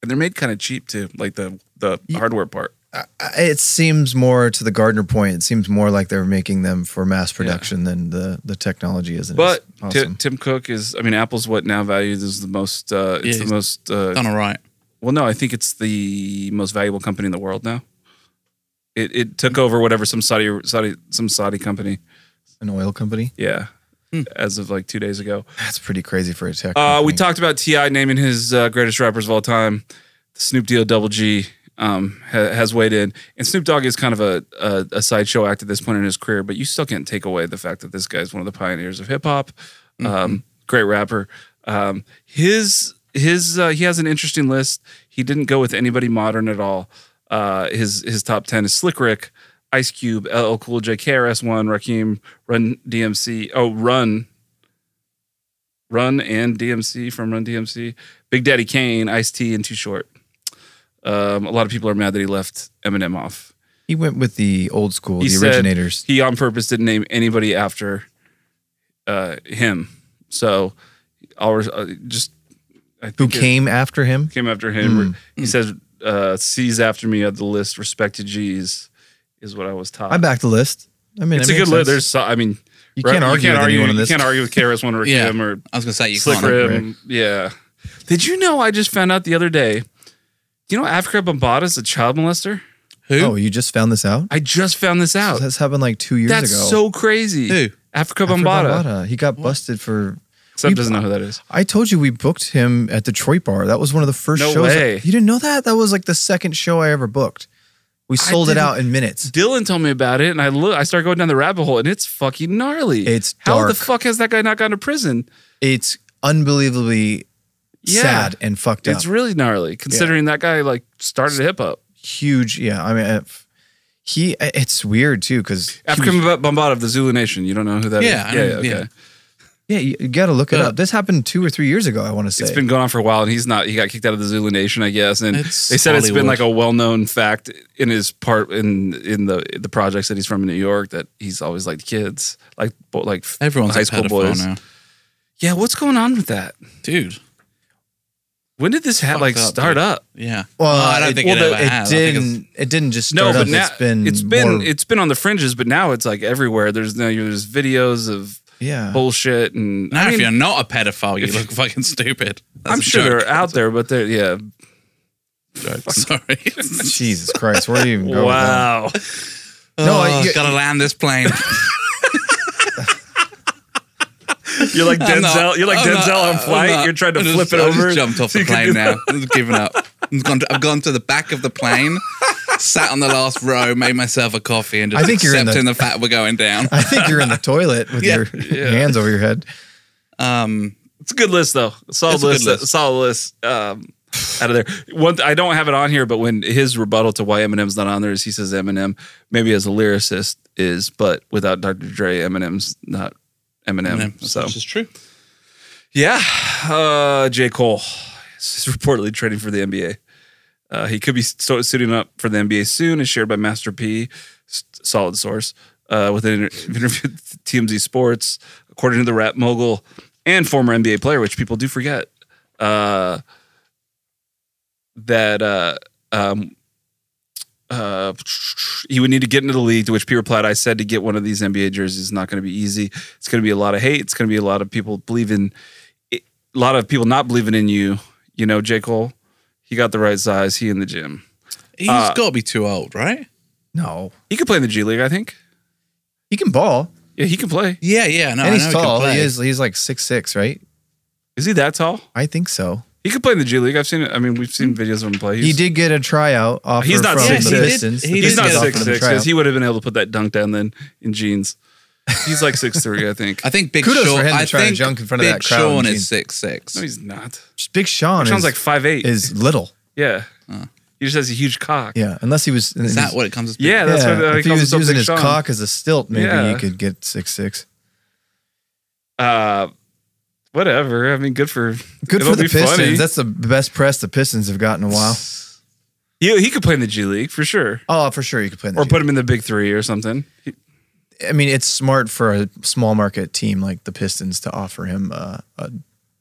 Speaker 2: and they're made kind of cheap too. Like the the hardware part.
Speaker 3: I- I- It seems more to the Gardner point. It seems more like they're making them for mass production than the the technology isn't.
Speaker 2: But
Speaker 3: It's
Speaker 2: Ti-
Speaker 3: awesome.
Speaker 2: Tim Cook is. I mean, Apple's what now valued is the most. Uh,
Speaker 4: Yeah,
Speaker 2: it's the
Speaker 4: he's
Speaker 2: most. Uh,
Speaker 4: done all right.
Speaker 2: well, no, I think it's the most valuable company in the world now. It it took over whatever some Saudi Saudi some Saudi company.
Speaker 3: an oil company.
Speaker 2: Yeah.
Speaker 4: Hmm.
Speaker 2: As of like two days ago,
Speaker 3: That's pretty crazy for a tech.
Speaker 2: uh, we
Speaker 3: company.
Speaker 2: talked about Ti naming his uh, greatest rappers of all time. Snoop Dogg, Double G, um, ha- has weighed in, and Snoop Dogg is kind of a, a a sideshow act at this point in his career. But you still can't take away the fact that this guy's one of the pioneers of hip hop. Um, great rapper. Um, his his uh, he has an interesting list. He didn't go with anybody modern at all. Uh, his his top ten is Slick Rick, Ice Cube, LL Cool J, KRS One, Rakim, Run DMC. Oh, Run. Run and DMC from Run DMC, Big Daddy Kane, Ice T, and Too Short. Um, a lot of people are mad that he left Eminem off.
Speaker 3: He went with the old school,
Speaker 2: He
Speaker 3: the
Speaker 2: said-
Speaker 3: originators.
Speaker 2: He on purpose didn't name anybody after uh, him. So, I'll res- uh, just I
Speaker 3: Who
Speaker 2: think it
Speaker 3: came Hmm. after him?
Speaker 2: came after him. He says uh, C's after me of the list. Respected G's is what I was taught.
Speaker 3: I backed the list. I mean,
Speaker 2: it's
Speaker 3: it
Speaker 2: a
Speaker 3: makes
Speaker 2: good list.
Speaker 3: sense.
Speaker 2: There's so, I mean
Speaker 3: you can't argue with anyone on
Speaker 2: you
Speaker 3: this.
Speaker 2: can't argue with KRS
Speaker 3: [LAUGHS]
Speaker 2: One or
Speaker 4: Yeah.
Speaker 2: Kim or
Speaker 4: I was gonna say you
Speaker 2: Slick
Speaker 4: can't.
Speaker 2: Rim. Yeah. Did you know I just found out the other day? You know Africa Bambaataa is a child molester?
Speaker 4: Who?
Speaker 3: Oh, you just found this out?
Speaker 2: I just found this out.
Speaker 3: This happened like two years
Speaker 2: That's
Speaker 3: ago.
Speaker 2: so crazy.
Speaker 4: Who?
Speaker 2: Africa
Speaker 3: After
Speaker 2: Bombata.
Speaker 3: Bambaataa. He got busted for.
Speaker 2: Seb
Speaker 3: We-
Speaker 2: doesn't know who that is.
Speaker 3: I told you we booked him at Detroit Bar. That was one of the first
Speaker 2: No
Speaker 3: shows.
Speaker 2: way.
Speaker 3: You didn't know that? That was like the second show I ever booked. We sold it
Speaker 2: didn't-
Speaker 3: out in minutes.
Speaker 2: Dylan told me about it, and I look. I start going down the rabbit hole, and it's fucking gnarly.
Speaker 3: It's
Speaker 2: how the
Speaker 3: dark.
Speaker 2: fuck has that guy not gone to prison?
Speaker 3: It's unbelievably
Speaker 2: Yeah.
Speaker 3: sad and fucked up.
Speaker 2: It's really gnarly, considering that guy like started hip hop.
Speaker 3: huge. Yeah, I mean, if- he. uh, It's weird too because
Speaker 2: Africa Bombata of the Zulu Nation. You don't know who that is?
Speaker 4: Yeah, I don't- yeah.
Speaker 3: yeah, you, you got to look it
Speaker 4: Yeah.
Speaker 3: up. This happened two or three years ago. I want to say
Speaker 2: Uh, It's been going on for a while, and he's not. He got kicked out of the Zulu Nation, I guess. And
Speaker 4: It's
Speaker 2: they said it's been
Speaker 4: Hollywood.
Speaker 2: like a well-known fact in his part in in the the projects that he's from in New York that he's always liked kids, like bo- like
Speaker 4: Everyone's
Speaker 2: high
Speaker 4: a
Speaker 2: school
Speaker 4: pedophile
Speaker 2: boys.
Speaker 4: now,
Speaker 2: Yeah, what's going on with that?
Speaker 4: dude.
Speaker 2: When did this ha-
Speaker 4: fucked
Speaker 2: like
Speaker 4: up,
Speaker 2: start
Speaker 4: dude.
Speaker 2: up?
Speaker 4: Yeah.
Speaker 3: Well,
Speaker 4: I don't
Speaker 3: it-
Speaker 4: think
Speaker 2: well,
Speaker 4: it
Speaker 2: the-
Speaker 4: ever
Speaker 3: it
Speaker 4: has. I think it's-
Speaker 3: didn't. It didn't just
Speaker 2: No,
Speaker 3: start
Speaker 2: but
Speaker 3: up.
Speaker 2: now
Speaker 3: it's been.
Speaker 2: it's been
Speaker 3: more-
Speaker 2: it's been on the fringes, but now it's like everywhere. There's now there's videos of
Speaker 3: yeah.
Speaker 2: bullshit and
Speaker 4: now,
Speaker 2: I
Speaker 4: if
Speaker 2: mean,
Speaker 4: you're not a pedophile, you look fucking stupid. That's
Speaker 2: I'm
Speaker 4: a
Speaker 2: sure
Speaker 4: joke.
Speaker 2: they're out there, but they're yeah.
Speaker 4: Sorry.
Speaker 3: Jesus Christ, where do you even go? with that?
Speaker 2: [LAUGHS] Wow.
Speaker 3: [LAUGHS] No,
Speaker 4: oh,
Speaker 3: I-
Speaker 4: gotta land this plane.
Speaker 2: You're [LAUGHS] like Denzel.
Speaker 4: I'm not-
Speaker 2: you're like
Speaker 4: I'm
Speaker 2: Denzel
Speaker 4: not-
Speaker 2: on
Speaker 4: I'm
Speaker 2: flight.
Speaker 4: not-
Speaker 2: you're trying to
Speaker 4: I
Speaker 2: flip
Speaker 4: just-
Speaker 2: it
Speaker 4: I
Speaker 2: over.
Speaker 4: Just jumped off the plane now. I've given up. I've gone, to, I've gone to the back of the plane, sat on the last row, made myself a coffee, and just
Speaker 3: I think you're in
Speaker 4: accepting
Speaker 3: the-
Speaker 4: the fact we're going down.
Speaker 3: I think you're in the
Speaker 2: [LAUGHS]
Speaker 3: toilet with
Speaker 4: Yeah.
Speaker 3: your hands over your head.
Speaker 4: Um,
Speaker 2: It's a good list though. Solid
Speaker 4: It's a good
Speaker 2: list.
Speaker 4: list.
Speaker 2: Solid list. Um, out of there. One, th- I don't have it on here, but when his rebuttal to why Eminem's not on there is he says Eminem maybe as a lyricist is, but without Dr. Dre, Eminem's not Eminem. So
Speaker 4: which is true.
Speaker 2: yeah, uh, J. Cole is reportedly training for the NBA. Uh, he could be so- suiting up for the NBA soon, as shared by Master P, s- solid source, uh, with an inter- [LAUGHS] interview with TMZ Sports, according to the rap mogul and former NBA player, which people do forget, uh, that uh, um, uh, he would need to get into the league. To which P replied, "I said to get one of these NBA jerseys is not going to be easy. It's going to be a lot of hate. It's going to be a lot of people believing, it, a lot of people not believing in you. You know, J Cole." He got the right size. He in the gym.
Speaker 4: He's
Speaker 2: Uh,
Speaker 4: got to be too old, right?
Speaker 3: No,
Speaker 2: He could play in the G League, I think.
Speaker 3: he can ball,
Speaker 2: Yeah, he can play.
Speaker 4: Yeah, yeah. No, I
Speaker 3: and
Speaker 4: know
Speaker 3: he's
Speaker 4: he can
Speaker 3: tall. He,
Speaker 4: play.
Speaker 3: is. He's like six six, right?
Speaker 2: Is he that tall?
Speaker 3: I think so.
Speaker 2: He could play in the G League. I've seen it. I mean, we've seen videos of him play. He's,
Speaker 3: he did get a tryout offer
Speaker 2: He's not
Speaker 3: from
Speaker 2: 6'6".
Speaker 3: the
Speaker 2: He did-
Speaker 3: Pistons. The
Speaker 4: he did
Speaker 2: He's
Speaker 3: Pistons
Speaker 2: not
Speaker 4: get
Speaker 3: offered
Speaker 2: six
Speaker 3: him a
Speaker 2: six
Speaker 3: tryout.
Speaker 2: because he would have been able to put that dunk down then in jeans. He's like six three, I
Speaker 3: [LAUGHS]
Speaker 2: think.
Speaker 4: I think Big
Speaker 3: Kudos for
Speaker 4: Sean.
Speaker 3: him to
Speaker 4: I
Speaker 3: try to
Speaker 4: think
Speaker 3: junk in front of
Speaker 4: Big
Speaker 3: that crowd
Speaker 4: Sean
Speaker 3: and
Speaker 4: is
Speaker 3: jeans.
Speaker 4: six six.
Speaker 2: no, he's not.
Speaker 3: Big Sean.
Speaker 2: Sean's
Speaker 3: is,
Speaker 2: like five eight.
Speaker 3: is little.
Speaker 2: yeah, he just has a huge cock. Yeah,
Speaker 3: Yeah, unless he was.
Speaker 4: Is that what it comes as?
Speaker 2: that's
Speaker 3: yeah,
Speaker 2: what uh, he
Speaker 3: if he
Speaker 2: calls
Speaker 3: was
Speaker 2: himself
Speaker 3: using
Speaker 2: Big
Speaker 3: his
Speaker 2: Sean.
Speaker 3: cock as a stilt, maybe
Speaker 2: Yeah.
Speaker 3: he could get six six.
Speaker 2: Uh, whatever. I mean, good for
Speaker 3: Good
Speaker 2: it'll
Speaker 3: for the
Speaker 2: be
Speaker 3: Pistons.
Speaker 2: funny.
Speaker 3: That's the best press the Pistons have gotten in a while.
Speaker 2: He, he could play in the G League for sure,
Speaker 3: Oh, for sure, you could play. In the
Speaker 2: or
Speaker 3: G
Speaker 2: put him in the Big Three or something. He-
Speaker 3: I mean, it's smart for a small market team like the Pistons to offer him uh, a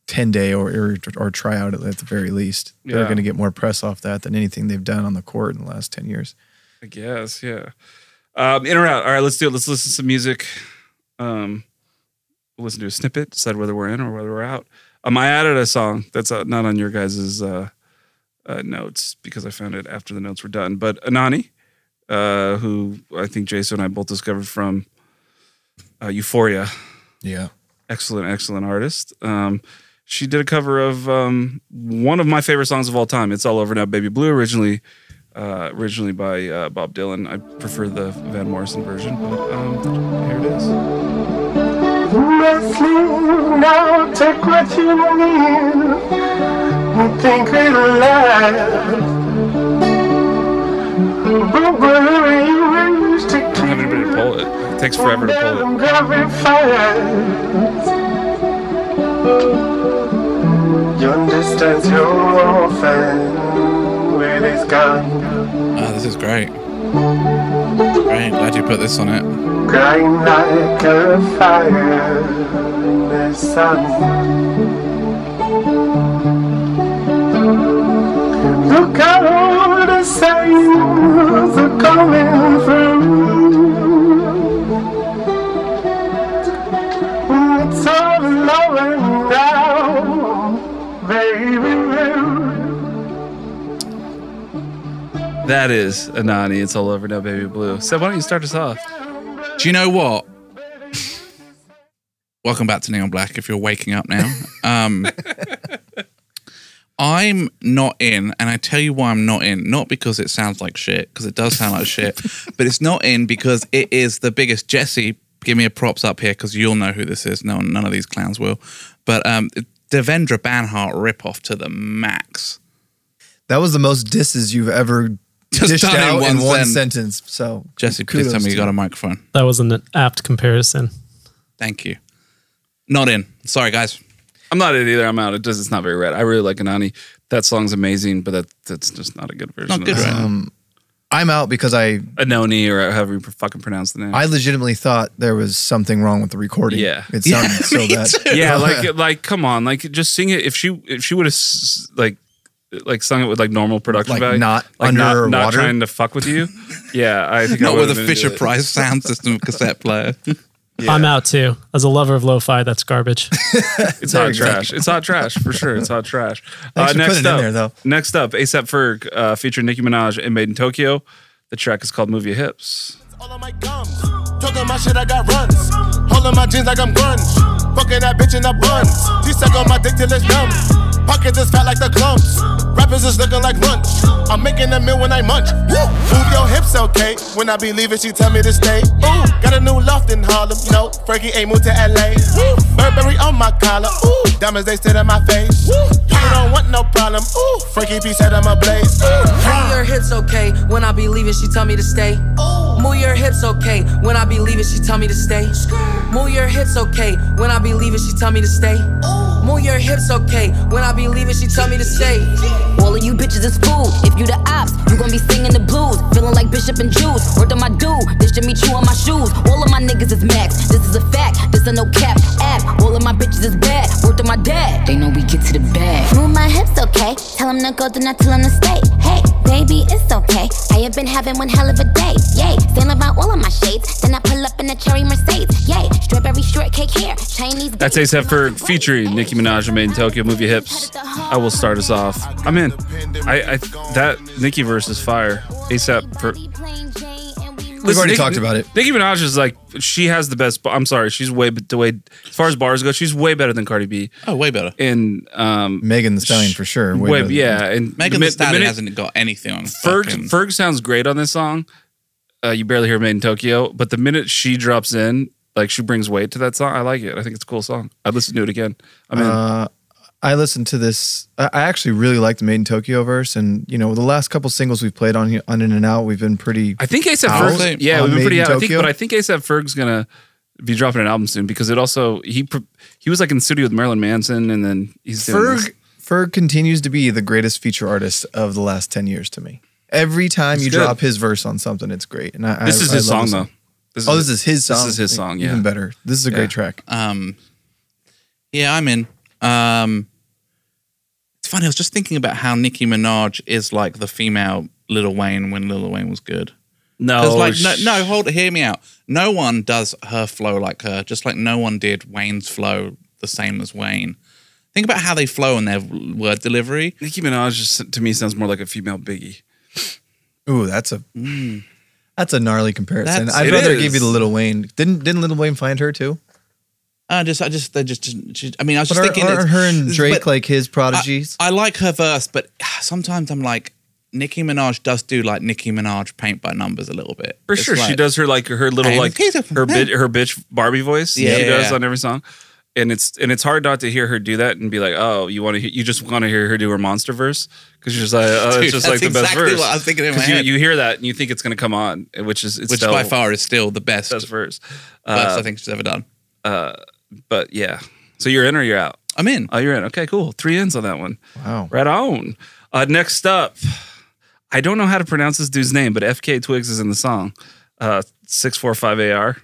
Speaker 3: ten day or, or or tryout at the very least. They're
Speaker 2: Yeah.
Speaker 3: going to get more press off that than anything they've done on the court in the last ten years.
Speaker 2: I guess, yeah. Um, in or out. All right, let's do it. Let's listen to some music. Um, we'll listen to a snippet, decide whether we're in or whether we're out. Um, I added a song that's uh, not on your guys' uh, uh, notes because I found it after the notes were done. But Anani, uh, who I think Jason and I both discovered from uh, Euphoria,
Speaker 3: Yeah,
Speaker 2: excellent, excellent artist. Um, she did a cover of um, one of my favorite songs of all time. It's all over now, baby blue. Originally, uh, originally by uh, Bob Dylan. I prefer the Van Morrison version, but um, here it is.
Speaker 5: Wrestling, now take what you need. You think it alive. But where you used to
Speaker 2: I don't have anybody to
Speaker 5: keep
Speaker 2: pull it. It takes forever to pull it.
Speaker 5: them every fight. You understand your orphan where it's gone.
Speaker 4: Oh, this is great. Great. Glad you put this on it.
Speaker 5: Crying like a fire in the sun. Look at all the signs are coming through. It's all over now, baby.
Speaker 2: That That is Anani. It's all over now, baby blue. So why don't you start us off?
Speaker 4: Do you know what? [LAUGHS] Welcome back to Neon Black if you're waking up now. Um, [LAUGHS] I'm not in, and I tell you why I'm not in. Not because it sounds like shit, because it does sound like shit, but it's not in because it is the biggest. Jesse, give me a props up here because you'll know who this is. No, none of these clowns will. But um, Devendra Banhart ripoff to the max.
Speaker 3: That was the most disses you've ever
Speaker 4: [LAUGHS] Just
Speaker 3: dished
Speaker 4: done in
Speaker 3: out in one,
Speaker 4: one sen-
Speaker 3: sentence. So
Speaker 4: Jesse, please
Speaker 3: kudos
Speaker 4: tell me
Speaker 3: to
Speaker 4: you got a microphone.
Speaker 6: That was an apt comparison.
Speaker 4: Thank you. Not in. Sorry, guys.
Speaker 2: I'm not it either. I'm out. It does. It's not very red. I really like Anani. That song's amazing, but that that's just not a good version.
Speaker 4: Not
Speaker 2: of
Speaker 4: good,
Speaker 2: that
Speaker 4: right?
Speaker 2: song.
Speaker 3: Um, I'm out because I
Speaker 2: Anoni or however you fucking pronounce the name.
Speaker 3: I legitimately thought there was something wrong with the recording.
Speaker 2: Yeah.
Speaker 4: [LAUGHS]
Speaker 3: it sounded so
Speaker 4: me
Speaker 3: bad.
Speaker 2: [LAUGHS]
Speaker 4: too.
Speaker 2: yeah, like like come on, like just sing it. If she if she would have like like sung it with like normal production
Speaker 3: Like,
Speaker 2: value,
Speaker 3: not
Speaker 2: like
Speaker 3: under
Speaker 2: not, not
Speaker 3: water?
Speaker 2: trying to fuck with
Speaker 3: [LAUGHS]
Speaker 2: you. Yeah, I think I
Speaker 4: Not with a
Speaker 2: would've been into
Speaker 4: Fisher
Speaker 2: it.
Speaker 4: Price sound system cassette player.
Speaker 6: I'm out too. As a lover of lo-fi, that's garbage.
Speaker 2: It's
Speaker 3: There
Speaker 2: hot
Speaker 3: you go.
Speaker 2: trash. It's hot trash for sure. It's hot trash.
Speaker 3: [LAUGHS]
Speaker 2: Uh,
Speaker 3: Thanks for
Speaker 2: next
Speaker 3: putting it in
Speaker 2: up,
Speaker 3: there, though.
Speaker 2: next up, ASAP Ferg uh, featuring Nicki Minaj and Made in Tokyo. The track is called "Move Your Hips."
Speaker 7: All of my gums. Talking my shit, I got runs. Holding my jeans like I'm grunge. Fucking that bitch in the buns. She suck on my dick till it's numb. Pockets is fat like the clumps. Rappers is looking like lunch. I'm making a meal when I munch. Woo! Move your hips, okay? When I be leaving, she tell me to stay. Ooh, got a new loft in Harlem. No, Frankie ain't moved to LA. Woo! Burberry on my collar. Ooh, diamonds they sit in my face. Woo! You don't want no problem. Ooh, Frankie B said I'm a blaze.
Speaker 8: Move your hips okay when I be leaving, she tell me to stay. Move your hips okay when I be leaving, she tell me to stay. Move your hips okay when I be leaving, she tell me to stay. Move your hips okay when I be leaving, she tell me to stay.
Speaker 9: All of you bitches is food. If you the ops, you gon' be singing the blues. Feeling like Bishop and Jews. Worked on my dude, this Jimmy Choo on my shoes. All of my niggas is max. This is a fact, this a no cap app. All of my bitches is bad. Worked on my dad, they know we get to the bag.
Speaker 10: Move my hips, okay? Tell him to go, then I tell him to stay. Hey, baby, it's okay. I have been having one hell of a day. Yay, Saint about all of my shades. Then I pull up in a cherry Mercedes. Yay, strawberry shortcake hair. Chinese.
Speaker 2: That's ASAP Ferg featuring Nicki Minaj and Made in Tokyo. Move Your Hips. I will start us off. I'm in. I, I that Nicki verse is fire. ASAP Ferg.
Speaker 3: We've already
Speaker 2: Nicki-
Speaker 3: talked about it.
Speaker 2: Nicki Minaj is like she has the best. I'm sorry, she's way, but the way as far as bars go, she's way better than Cardi B.
Speaker 4: [LAUGHS] Oh, way better.
Speaker 2: And um,
Speaker 3: Megan the Stallion for sure. Way
Speaker 2: way,
Speaker 3: better.
Speaker 2: yeah, and
Speaker 4: Megan
Speaker 2: mi-
Speaker 4: Thee Stallion
Speaker 2: minute-
Speaker 4: hasn't got anything on
Speaker 2: Ferg
Speaker 4: fucking-
Speaker 2: Ferg sounds great on this song. Uh, you barely hear "Made in Tokyo," but the minute she drops in, like she brings weight to that song. I like it. I think it's a cool song. I'd listen to it again. I mean,
Speaker 3: Uh, I listened to this. I I actually really like the Made in Tokyo verse, and you know the last couple singles we've played on he- on In and Out, we've been pretty.
Speaker 2: I think ASAP
Speaker 3: Out
Speaker 2: Ferg. Yeah,
Speaker 3: on
Speaker 2: we've been
Speaker 3: Made
Speaker 2: pretty
Speaker 3: in
Speaker 2: out. I think,
Speaker 3: Tokyo?
Speaker 2: but I think ASAP Ferg's gonna be dropping an album soon because it also he pr- he was like in the studio with Marilyn Manson and then he's doing this.
Speaker 3: Ferg Ferg continues to be the greatest feature artist of the last ten years to me. Every time you
Speaker 2: good.
Speaker 3: drop his verse on something, it's great. And I,
Speaker 2: This
Speaker 3: I-
Speaker 2: is
Speaker 3: I
Speaker 2: his
Speaker 3: love
Speaker 2: song
Speaker 3: this
Speaker 2: though. This
Speaker 3: Oh, this is his song.
Speaker 2: This is his song. Yeah,
Speaker 3: even better. This is a
Speaker 2: Yeah.
Speaker 3: great track.
Speaker 4: Um, yeah, I'm in. Um, it's funny. I was just thinking about how Nicki Minaj is like the female Lil Wayne when Lil Wayne was good.
Speaker 2: no,
Speaker 4: Because like no,
Speaker 2: Oh, sh-
Speaker 4: no, hold, hear me out. No one does her flow like her. Just like no one did Wayne's flow the same as Wayne. Think about how they flow in their word delivery.
Speaker 2: Nicki Minaj just, to me sounds more like a female Biggie.
Speaker 3: Ooh, that's a that's a gnarly comparison.
Speaker 4: That's-
Speaker 3: I'd
Speaker 2: Mm. It
Speaker 3: rather
Speaker 2: is.
Speaker 3: give you the Little Wayne. Didn't didn't Little Wayne find her too?
Speaker 4: I just, I just, they just, just- I mean, I was
Speaker 3: But
Speaker 4: just
Speaker 3: are,
Speaker 4: thinking.
Speaker 3: are
Speaker 4: it's-
Speaker 3: her and
Speaker 4: but-
Speaker 3: Drake like his
Speaker 4: I-
Speaker 3: prodigies?
Speaker 4: I, like her verse, but sometimes I'm like, Nicki Minaj does do like Nicki Minaj paint by numbers a little bit.
Speaker 2: For
Speaker 4: It's
Speaker 2: sure, she
Speaker 4: like-
Speaker 2: does her like her little
Speaker 4: I'm
Speaker 2: like
Speaker 4: beautiful.
Speaker 2: her bitch her bitch Barbie voice. Yeah,
Speaker 4: Yeah,
Speaker 2: she
Speaker 4: yeah,
Speaker 2: does
Speaker 4: yeah.
Speaker 2: on every song, and it's and it's hard not to hear her do that and be like, oh, you want to you just want to hear her do her monster verse because you're just like, oh,
Speaker 4: Dude,
Speaker 2: it's just like
Speaker 4: that's
Speaker 2: the best
Speaker 4: exactly
Speaker 2: verse.
Speaker 4: what I was thinking in my
Speaker 2: 'Cause you,
Speaker 4: head.
Speaker 2: you hear that and you think it's gonna come on, which is it's
Speaker 4: which
Speaker 2: still
Speaker 4: by far is still the best,
Speaker 2: the best verse.
Speaker 4: verse
Speaker 2: Uh,
Speaker 4: I think she's ever done.
Speaker 2: but yeah, so you're in or you're out.
Speaker 4: I'm in.
Speaker 2: Oh, you're in. Okay, cool. Three ins on that one.
Speaker 3: wow.
Speaker 2: Right on. Uh, next up, I don't know how to pronounce this dude's name, but FK Twigs is in the song. Uh, six four five AR.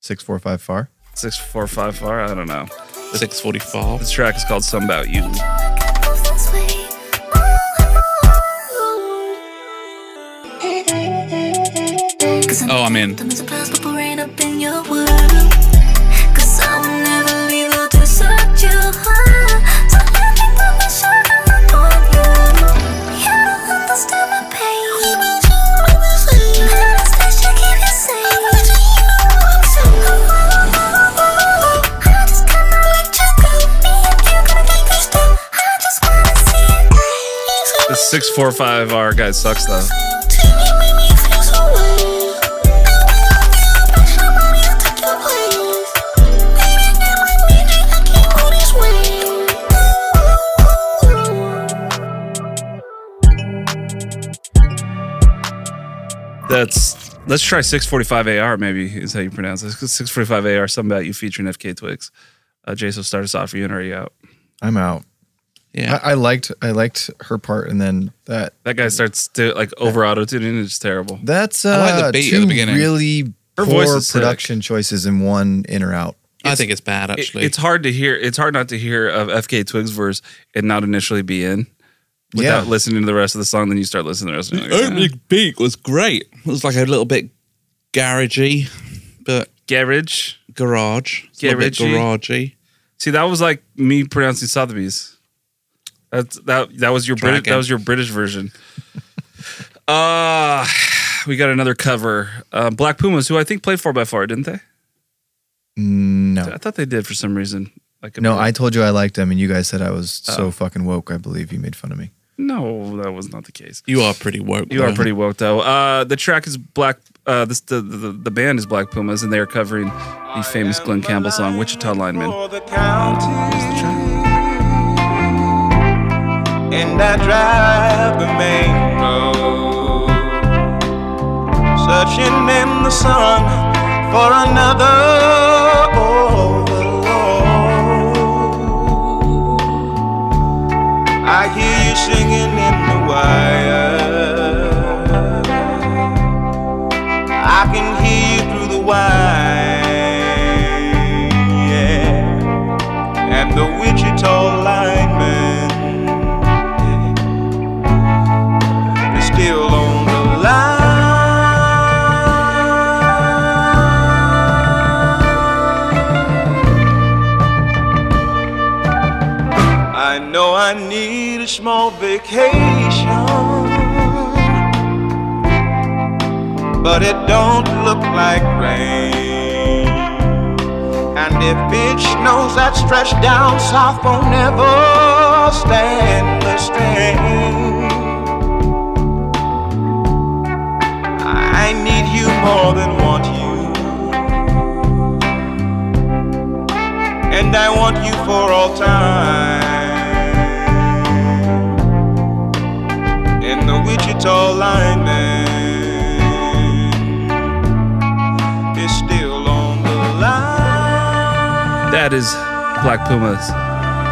Speaker 3: Six four five far.
Speaker 2: Six four five far. I don't know.
Speaker 4: Six forty-four.
Speaker 2: This track is called "Some About You."
Speaker 4: Oh, I'm in.
Speaker 10: Understand my pain.
Speaker 2: Six four five R guy sucks though. That's let's try six forty five AR maybe is how you pronounce it. Six forty five AR. Something about you featuring FK Twigs. Uh, Jason, start us off. Are you in or are you out?
Speaker 3: I'm out.
Speaker 4: Yeah.
Speaker 3: I, I liked I liked her part, and then that
Speaker 2: That guy starts to like over auto tuning. It's terrible.
Speaker 3: that's
Speaker 4: I
Speaker 3: uh,
Speaker 4: like the beat at the
Speaker 3: two
Speaker 4: beginning.
Speaker 3: really
Speaker 2: Her voice
Speaker 3: poor
Speaker 2: is sick.
Speaker 3: production choices in one in or out.
Speaker 4: I think it's bad
Speaker 2: It-
Speaker 4: actually.
Speaker 2: it's hard to hear. It's hard not to hear of FK Twigs verse and not initially be in without
Speaker 3: Yeah.
Speaker 2: listening to the rest of the song. Then you start listening to the rest of
Speaker 4: The
Speaker 2: it. Like,
Speaker 4: opening beat was great. It was like a little bit garagey, but
Speaker 2: Garage.
Speaker 4: garage. It's a little bit
Speaker 2: Garagey.
Speaker 4: garagey.
Speaker 2: See, that was like me pronouncing Sotheby's. That's that. That was your
Speaker 4: Try
Speaker 2: British.
Speaker 4: again.
Speaker 2: That was your British version. [LAUGHS] uh we got another cover. Uh, Black Pumas, who I think played four by four, didn't they?
Speaker 3: Mm, No,
Speaker 2: I thought they did for some reason. Like a
Speaker 3: no, I told you I liked them, and you guys said I was so
Speaker 4: Oh.
Speaker 3: fucking woke. I believe you made fun of me.
Speaker 2: no, that was not the case.
Speaker 4: You are pretty woke.
Speaker 2: You are
Speaker 4: though.
Speaker 2: pretty woke though. Uh, the track is Black. Uh, this, the, the the band is Black Pumas, and they are covering the famous Glenn Campbell song "Wichita Lineman."
Speaker 5: And I drive the main road, searching in the sun for another overload. I hear you singing in the wire. I can hear you through the wire. Yeah. And the Wichita lineman is still on the line. I know I need a small vacation, but it don't look like rain. And if it snows, that stretch down south won't never stand the strain. I need you more than want you. And I want you for all time. And the Wichita lineman is still on the line.
Speaker 2: That is Black Pumas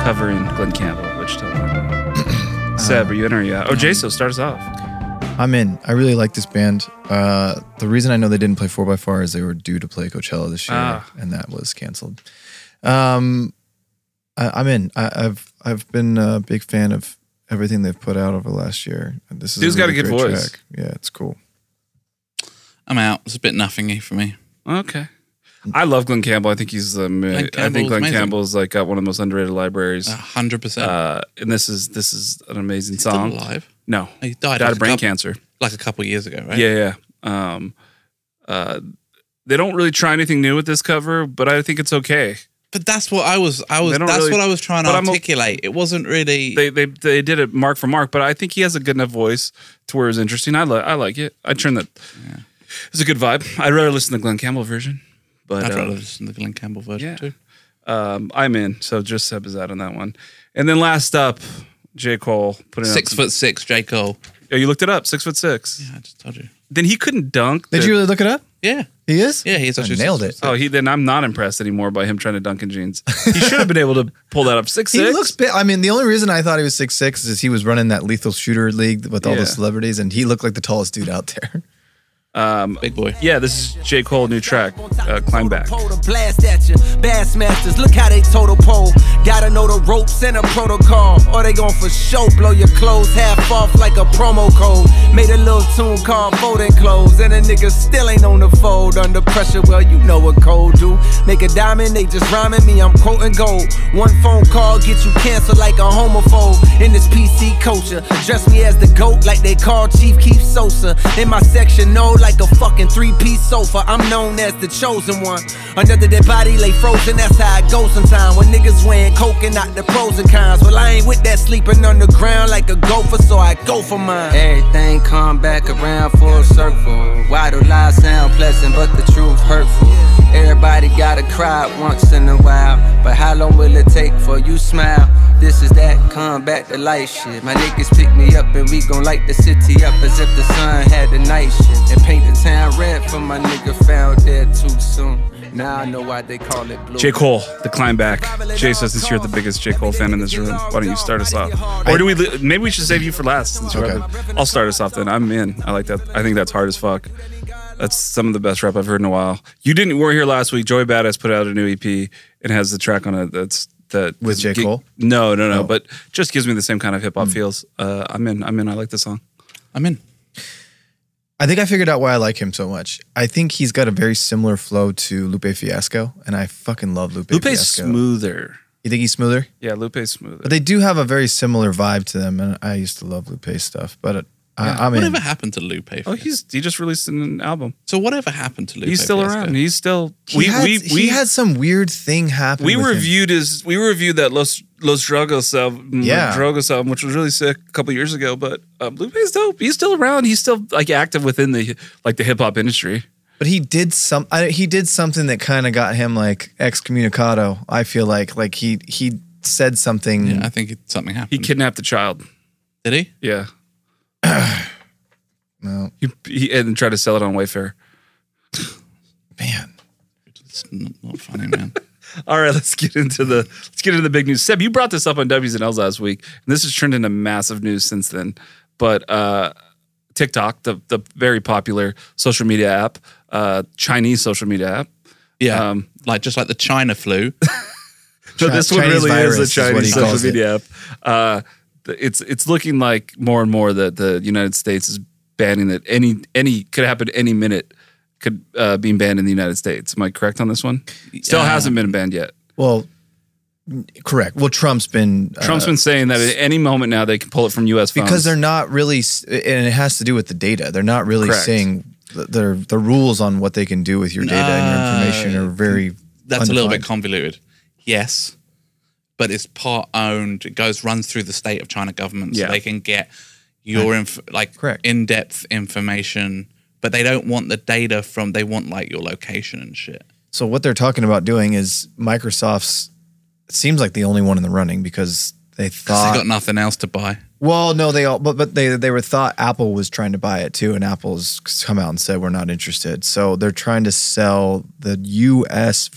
Speaker 2: covering Glenn Campbell, "Wichita Lineman."
Speaker 4: [CLEARS THROAT]
Speaker 2: Seb, are you in or are you out? Oh, Jaso, start us off.
Speaker 3: I'm in. I really like this band. Uh, the reason I know they didn't play 4x4 is they were due to play Coachella this year,
Speaker 2: Ah.
Speaker 3: and that was canceled. Um, I, I'm in. I, I've I've been a big fan of everything they've put out over the last year. And This is
Speaker 2: Dude's got a
Speaker 3: really
Speaker 2: good
Speaker 3: great
Speaker 2: voice.
Speaker 3: track. Yeah, it's cool.
Speaker 4: I'm out. It's a bit nothingy for me.
Speaker 2: Okay. I love Glenn Campbell. I think he's um, I think
Speaker 4: Campbell's
Speaker 2: Glenn
Speaker 4: amazing. Uh-huh.
Speaker 2: Campbell's like got one of the most underrated libraries.
Speaker 4: A hundred percent.
Speaker 2: Uh, and this is this is an amazing
Speaker 4: Still
Speaker 2: song.
Speaker 4: alive.
Speaker 2: No,
Speaker 4: He died,
Speaker 2: died
Speaker 4: like
Speaker 2: of
Speaker 4: a
Speaker 2: brain
Speaker 4: couple-
Speaker 2: cancer.
Speaker 4: Like a couple years ago, right?
Speaker 2: Yeah, yeah. Um, uh, they don't really try anything new with this cover, but I think it's okay.
Speaker 4: But that's what I was. I was.
Speaker 2: They don't
Speaker 4: That's
Speaker 2: really-
Speaker 4: what I was trying to
Speaker 2: but I'm a-
Speaker 4: articulate. it wasn't really.
Speaker 2: They they they did it mark for mark, but I think he has a good enough voice to where it's interesting. I like I like it. I turn that. It's a good vibe. I'd rather listen to the Glenn Campbell version, but
Speaker 4: I'd
Speaker 2: uh,
Speaker 4: rather listen to the Glenn Campbell version
Speaker 2: yeah.
Speaker 4: too.
Speaker 2: um, I'm in. So just Seb is out on that one. And then last up, J Cole put in
Speaker 4: Six foot six, J Cole.
Speaker 2: Oh, you looked it up. Six foot six.
Speaker 4: Yeah, I just told you.
Speaker 2: Then he couldn't dunk.
Speaker 3: Did
Speaker 2: the-
Speaker 3: you really look it up?
Speaker 4: Yeah,
Speaker 3: He is.
Speaker 4: yeah, he's
Speaker 3: I
Speaker 4: actually
Speaker 3: nailed it.
Speaker 2: Oh, he then I'm not impressed anymore by him trying to dunk in jeans. He should have been able to pull that up. Six
Speaker 3: [LAUGHS] He
Speaker 2: six.
Speaker 3: looks big. I mean, the only reason I thought he was six six is he was running that lethal shooter league with all
Speaker 2: Yeah.
Speaker 3: the celebrities, and he looked like the tallest dude out there.
Speaker 4: Big boy.
Speaker 2: yeah, this is J Cole new track. Uh, climb back.
Speaker 7: Total blast at you. Bassmasters, look how they total pole. Gotta know the ropes and a protocol. Or they gon' for show blow your clothes half off like a promo code. Made a little tune called Folding Clothes. And a nigga still ain't on the fold under pressure. Well, you know what cold do. Make a diamond, they just rhyming me. I'm quoting gold. One phone call get you canceled like a homophobe. In this PC culture, dress me as the goat like they call Chief Keith Sosa. In my section, no, like a fucking three piece sofa. I'm known as the chosen one.
Speaker 11: Another dead body lay frozen, that's how it goes sometimes. When niggas weighing coke and not the pros and cons. Well, I ain't with that sleeping on the ground like a gopher, so I go for mine.
Speaker 12: Everything come back around full circle. Why do lies sound pleasant, but the truth hurtful? Everybody gotta cry once in a while, but how long will it take for you smile? This is that come back to life shit. My niggas pick me up and we gon' light the city up as if the sun had the night shit. And paint the town red for my nigga found dead too soon. Now I know why they call it blue.
Speaker 2: J. Cole, the climb back. Jay says since you're the biggest J. Cole fan in this room, why don't you start us off? Or do we? li- Maybe we should save you for last. Since you're up. I'll start us off then. I'm in. I like that. I think that's hard as fuck. That's some of the best rap I've heard in a while. You didn't. We were here last week. Joey Badass put out a new EP and has the track on it that's that
Speaker 3: With J.
Speaker 2: gi-
Speaker 3: Cole? Hmm.
Speaker 2: No, no, no. But just gives me the same kind of hip hop feels. Uh, I'm in. I'm in. I like the song.
Speaker 4: I'm in.
Speaker 3: I think I figured out why I like him so much. I think he's got a very similar flow to Lupe Fiasco, and I fucking love Lupe.
Speaker 2: Lupe's
Speaker 3: Fiasco.
Speaker 2: smoother.
Speaker 3: You think he's smoother?
Speaker 2: Yeah, Lupe's smoother.
Speaker 3: But they do have a very similar vibe to them, and I used to love Lupe's stuff. But uh, I, I'm in.
Speaker 4: whatever happened to Lupe?
Speaker 2: Oh, he's he just released an album.
Speaker 4: So whatever happened to Lupe?
Speaker 2: He's still
Speaker 4: Fiasco?
Speaker 2: around. He's still.
Speaker 3: He had, he had some weird thing happen.
Speaker 2: we
Speaker 3: with him.
Speaker 2: reviewed his we reviewed that Los Los Drogos album,
Speaker 3: Yeah.
Speaker 2: Drogos album, which was really sick a couple years ago. But um, Lupe's dope. He's still around. He's still like active within the like the hip hop industry.
Speaker 3: But he did some. I, he did something that kind of got him like excommunicado. I feel like like he he said something.
Speaker 4: Yeah, I think it- something happened.
Speaker 2: He
Speaker 3: Mm.
Speaker 2: kidnapped a child.
Speaker 4: Did he?
Speaker 2: Yeah,
Speaker 3: No,
Speaker 2: he, he and tried to sell it on Wayfair.
Speaker 3: man,
Speaker 4: it's not, not funny,
Speaker 2: [LAUGHS]
Speaker 4: man.
Speaker 2: All right, let's get into the let's get into the big news. Seb, you brought this up on W's and L's last week, and this has turned into massive news since then. But uh, TikTok, the the very popular social media app, uh, Chinese social media app.
Speaker 4: Yeah,
Speaker 2: Um,
Speaker 4: like just like the China flu.
Speaker 2: So
Speaker 3: Chi-
Speaker 2: this one
Speaker 3: Chinese
Speaker 2: really
Speaker 3: virus
Speaker 2: is a
Speaker 3: is what he
Speaker 2: Chinese social
Speaker 3: calls it.
Speaker 2: media app. Uh, th- it's it's looking like more and more that the United States is banning it. Any any could happen any minute. Could uh, being banned in the United States. Am I correct on this one? Still
Speaker 4: Yeah.
Speaker 2: hasn't been banned yet.
Speaker 3: Well, n- correct. Well, Trump's been uh,
Speaker 2: Trump's been saying that at any moment now they can pull it from U.S. phones
Speaker 3: because they're not really, s- and it has to do with the data. They're not really
Speaker 2: Correct.
Speaker 3: saying th- their the rules on what they can do with your data and your information are very.
Speaker 4: That's a little bit
Speaker 3: undefined.
Speaker 4: convoluted. Yes, but it's part owned. It goes runs through the state of China government, so
Speaker 2: Yeah.
Speaker 4: they can get your inf- like
Speaker 3: Correct.
Speaker 4: in depth information. But they don't want the data from. They want like your location and shit.
Speaker 3: So what they're talking about doing is Microsoft's. It seems like the only one in the running because they
Speaker 4: Because
Speaker 3: thought
Speaker 4: they got nothing else to buy.
Speaker 3: Well, no, they all, but but they they were thought Apple was trying to buy it too, and Apple's come out and said we're not interested. So they're trying to sell the U.S.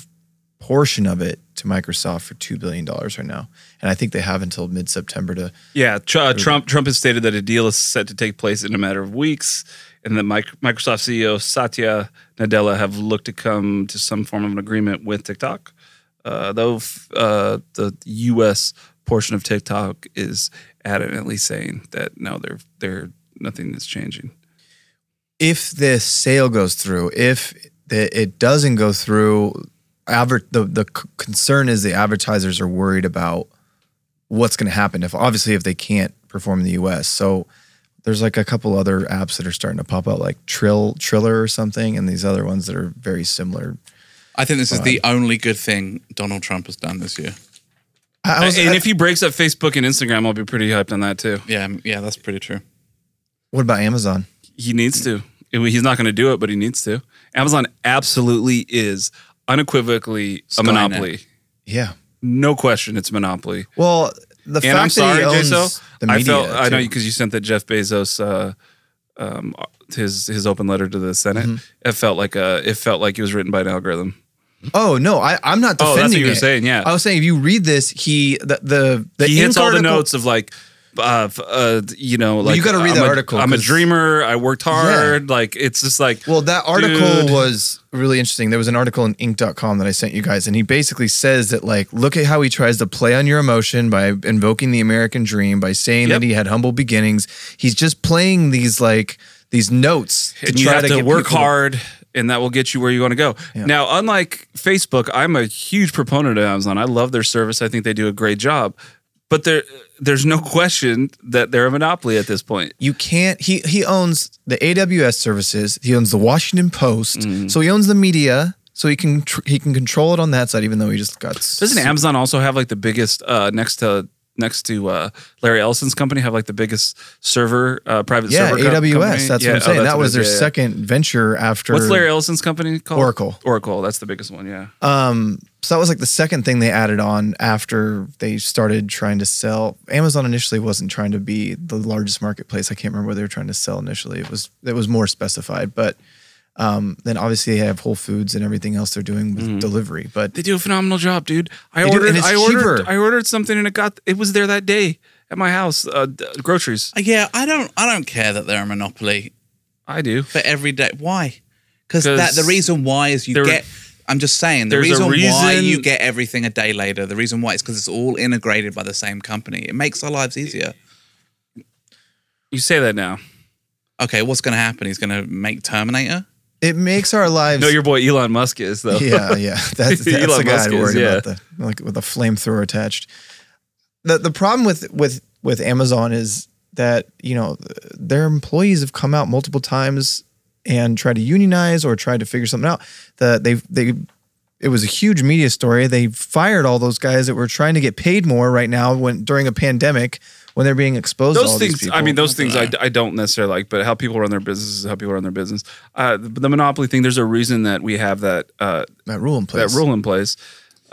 Speaker 3: portion of it to Microsoft for two billion dollars right now, and I think they have until mid September to.
Speaker 2: Yeah, tr-
Speaker 3: Hmm.
Speaker 2: uh, Trump Trump has stated that a deal is set to take place in a matter of weeks, and that mic- Microsoft CEO Satya Nadella have looked to come to some form of an agreement with TikTok, uh, though f- uh, the U.S. portion of TikTok is adamantly saying that no, they're they're nothing is changing.
Speaker 3: If this sale goes through, if the, it doesn't go through, adver- the the c- concern is the advertisers are worried about what's going to happen if obviously if they can't perform in the U.S. So there's like a couple other apps that are starting to pop out, like Trill Triller or something, and these other ones that are very similar.
Speaker 4: I think this is the only good thing Donald Trump has done this year.
Speaker 3: I, I was,
Speaker 2: and
Speaker 3: I-
Speaker 2: if he breaks up Facebook and Instagram, I'll be pretty hyped on that too.
Speaker 4: Yeah, m- yeah, that's pretty true.
Speaker 3: what about Amazon?
Speaker 2: He needs to. He's not going to do it, but he needs to. Amazon absolutely is unequivocally a
Speaker 4: Skynet.
Speaker 2: monopoly.
Speaker 3: Yeah.
Speaker 2: No question, it's monopoly.
Speaker 3: Well, the
Speaker 2: and
Speaker 3: fact
Speaker 2: I'm sorry,
Speaker 3: that he owns
Speaker 2: Jaso.
Speaker 3: the
Speaker 2: I
Speaker 3: media,
Speaker 2: felt I know
Speaker 3: too.
Speaker 2: because you sent that Jeff Bezos uh, um, his his open letter to the Senate.
Speaker 3: Mm-hmm.
Speaker 2: It felt like a it felt like it was written by an algorithm.
Speaker 3: Oh no, I, I'm not
Speaker 2: Oh,
Speaker 3: defending.
Speaker 2: that's what you were
Speaker 3: it.
Speaker 2: saying, yeah.
Speaker 3: I was saying if you read this, he the the, the
Speaker 2: he hits all the
Speaker 3: incartical-
Speaker 2: notes of like. Uh, f- uh, you know, like
Speaker 3: you gotta read
Speaker 2: I'm
Speaker 3: that
Speaker 2: a-
Speaker 3: article,
Speaker 2: I'm a
Speaker 3: 'cause-
Speaker 2: dreamer. I worked hard. Like it's just like
Speaker 3: Well, that article
Speaker 2: dude.
Speaker 3: was really interesting. There was an article in Inc.com that I sent you guys, and he basically says that like, look at how he tries to play on your emotion by invoking the American dream by saying
Speaker 2: Yep.
Speaker 3: that he had humble beginnings. He's just playing these like these notes to
Speaker 2: and you
Speaker 3: try
Speaker 2: have
Speaker 3: to,
Speaker 2: to,
Speaker 3: get
Speaker 2: work
Speaker 3: people to-
Speaker 2: hard and that will get you where you want to go now unlike facebook i'm a huge proponent of amazon i love their service i think they do a great job but there there's no question that they're a monopoly at this point
Speaker 3: You can't. He
Speaker 2: Mm-hmm.
Speaker 3: he owns the AWS services. He owns the Washington Post. So he owns the media. So he can tr- he can control it on that side, even though he just got.
Speaker 2: Doesn't Amazon also have like the biggest uh, next to next to uh, Larry Ellison's company have like the biggest server uh, private
Speaker 3: yeah,
Speaker 2: server?
Speaker 3: AWS.
Speaker 2: co- company? Yeah,
Speaker 3: That's what
Speaker 2: oh,
Speaker 3: I'm saying.
Speaker 2: that's
Speaker 3: that
Speaker 2: what it
Speaker 3: was
Speaker 2: is.
Speaker 3: their
Speaker 2: Yeah, yeah.
Speaker 3: second venture after.
Speaker 2: What's Larry Ellison's company called?
Speaker 3: Oracle.
Speaker 2: Oracle. That's the biggest one. Yeah.
Speaker 3: Um, so that was like the second thing they added on after they started trying to sell. Amazon initially wasn't trying to be the largest marketplace. I can't remember what they were trying to sell initially. It was it was more specified, but um, then obviously they have Whole Foods and everything else they're doing with delivery. But
Speaker 2: They do a phenomenal job, dude. I
Speaker 3: They do,
Speaker 2: ordered.
Speaker 3: and it's
Speaker 2: I ordered.
Speaker 3: cheaper.
Speaker 2: I ordered something and it got. It was there that day at my house. Uh, d- groceries.
Speaker 4: Uh, Yeah, I don't. I don't care that they're a monopoly.
Speaker 2: I do.
Speaker 4: But every day, why? Because that the reason why is you
Speaker 2: there-
Speaker 4: get. I'm just saying the
Speaker 2: there's a
Speaker 4: reason, why
Speaker 2: reason-
Speaker 4: you get everything a day later. The reason why is because it's all integrated by the same company. It makes our lives easier.
Speaker 2: You say that now.
Speaker 4: Okay, what's going to happen? He's going to make Terminator.
Speaker 3: it makes our lives.
Speaker 2: No, your boy Elon Musk is though.
Speaker 3: Yeah, yeah. That's, that's
Speaker 2: Elon
Speaker 3: the guy
Speaker 2: Musk
Speaker 3: I worried
Speaker 2: is, yeah.
Speaker 3: about. The, like with a flamethrower attached. The the problem with with with Amazon is that you know their employees have come out multiple times and tried to unionize or tried to figure something out. The they they it was a huge media story. They fired all those guys that were trying to get paid more right now when during a pandemic when they're being exposed. to
Speaker 2: [LAUGHS] those
Speaker 3: all
Speaker 2: things.
Speaker 3: these people.
Speaker 2: I mean, those things I, I don't necessarily like, but how people run their businesses, is how people run their business. Uh, the, the monopoly thing. There's a reason that we have that uh,
Speaker 3: that rule in
Speaker 2: That rule in place.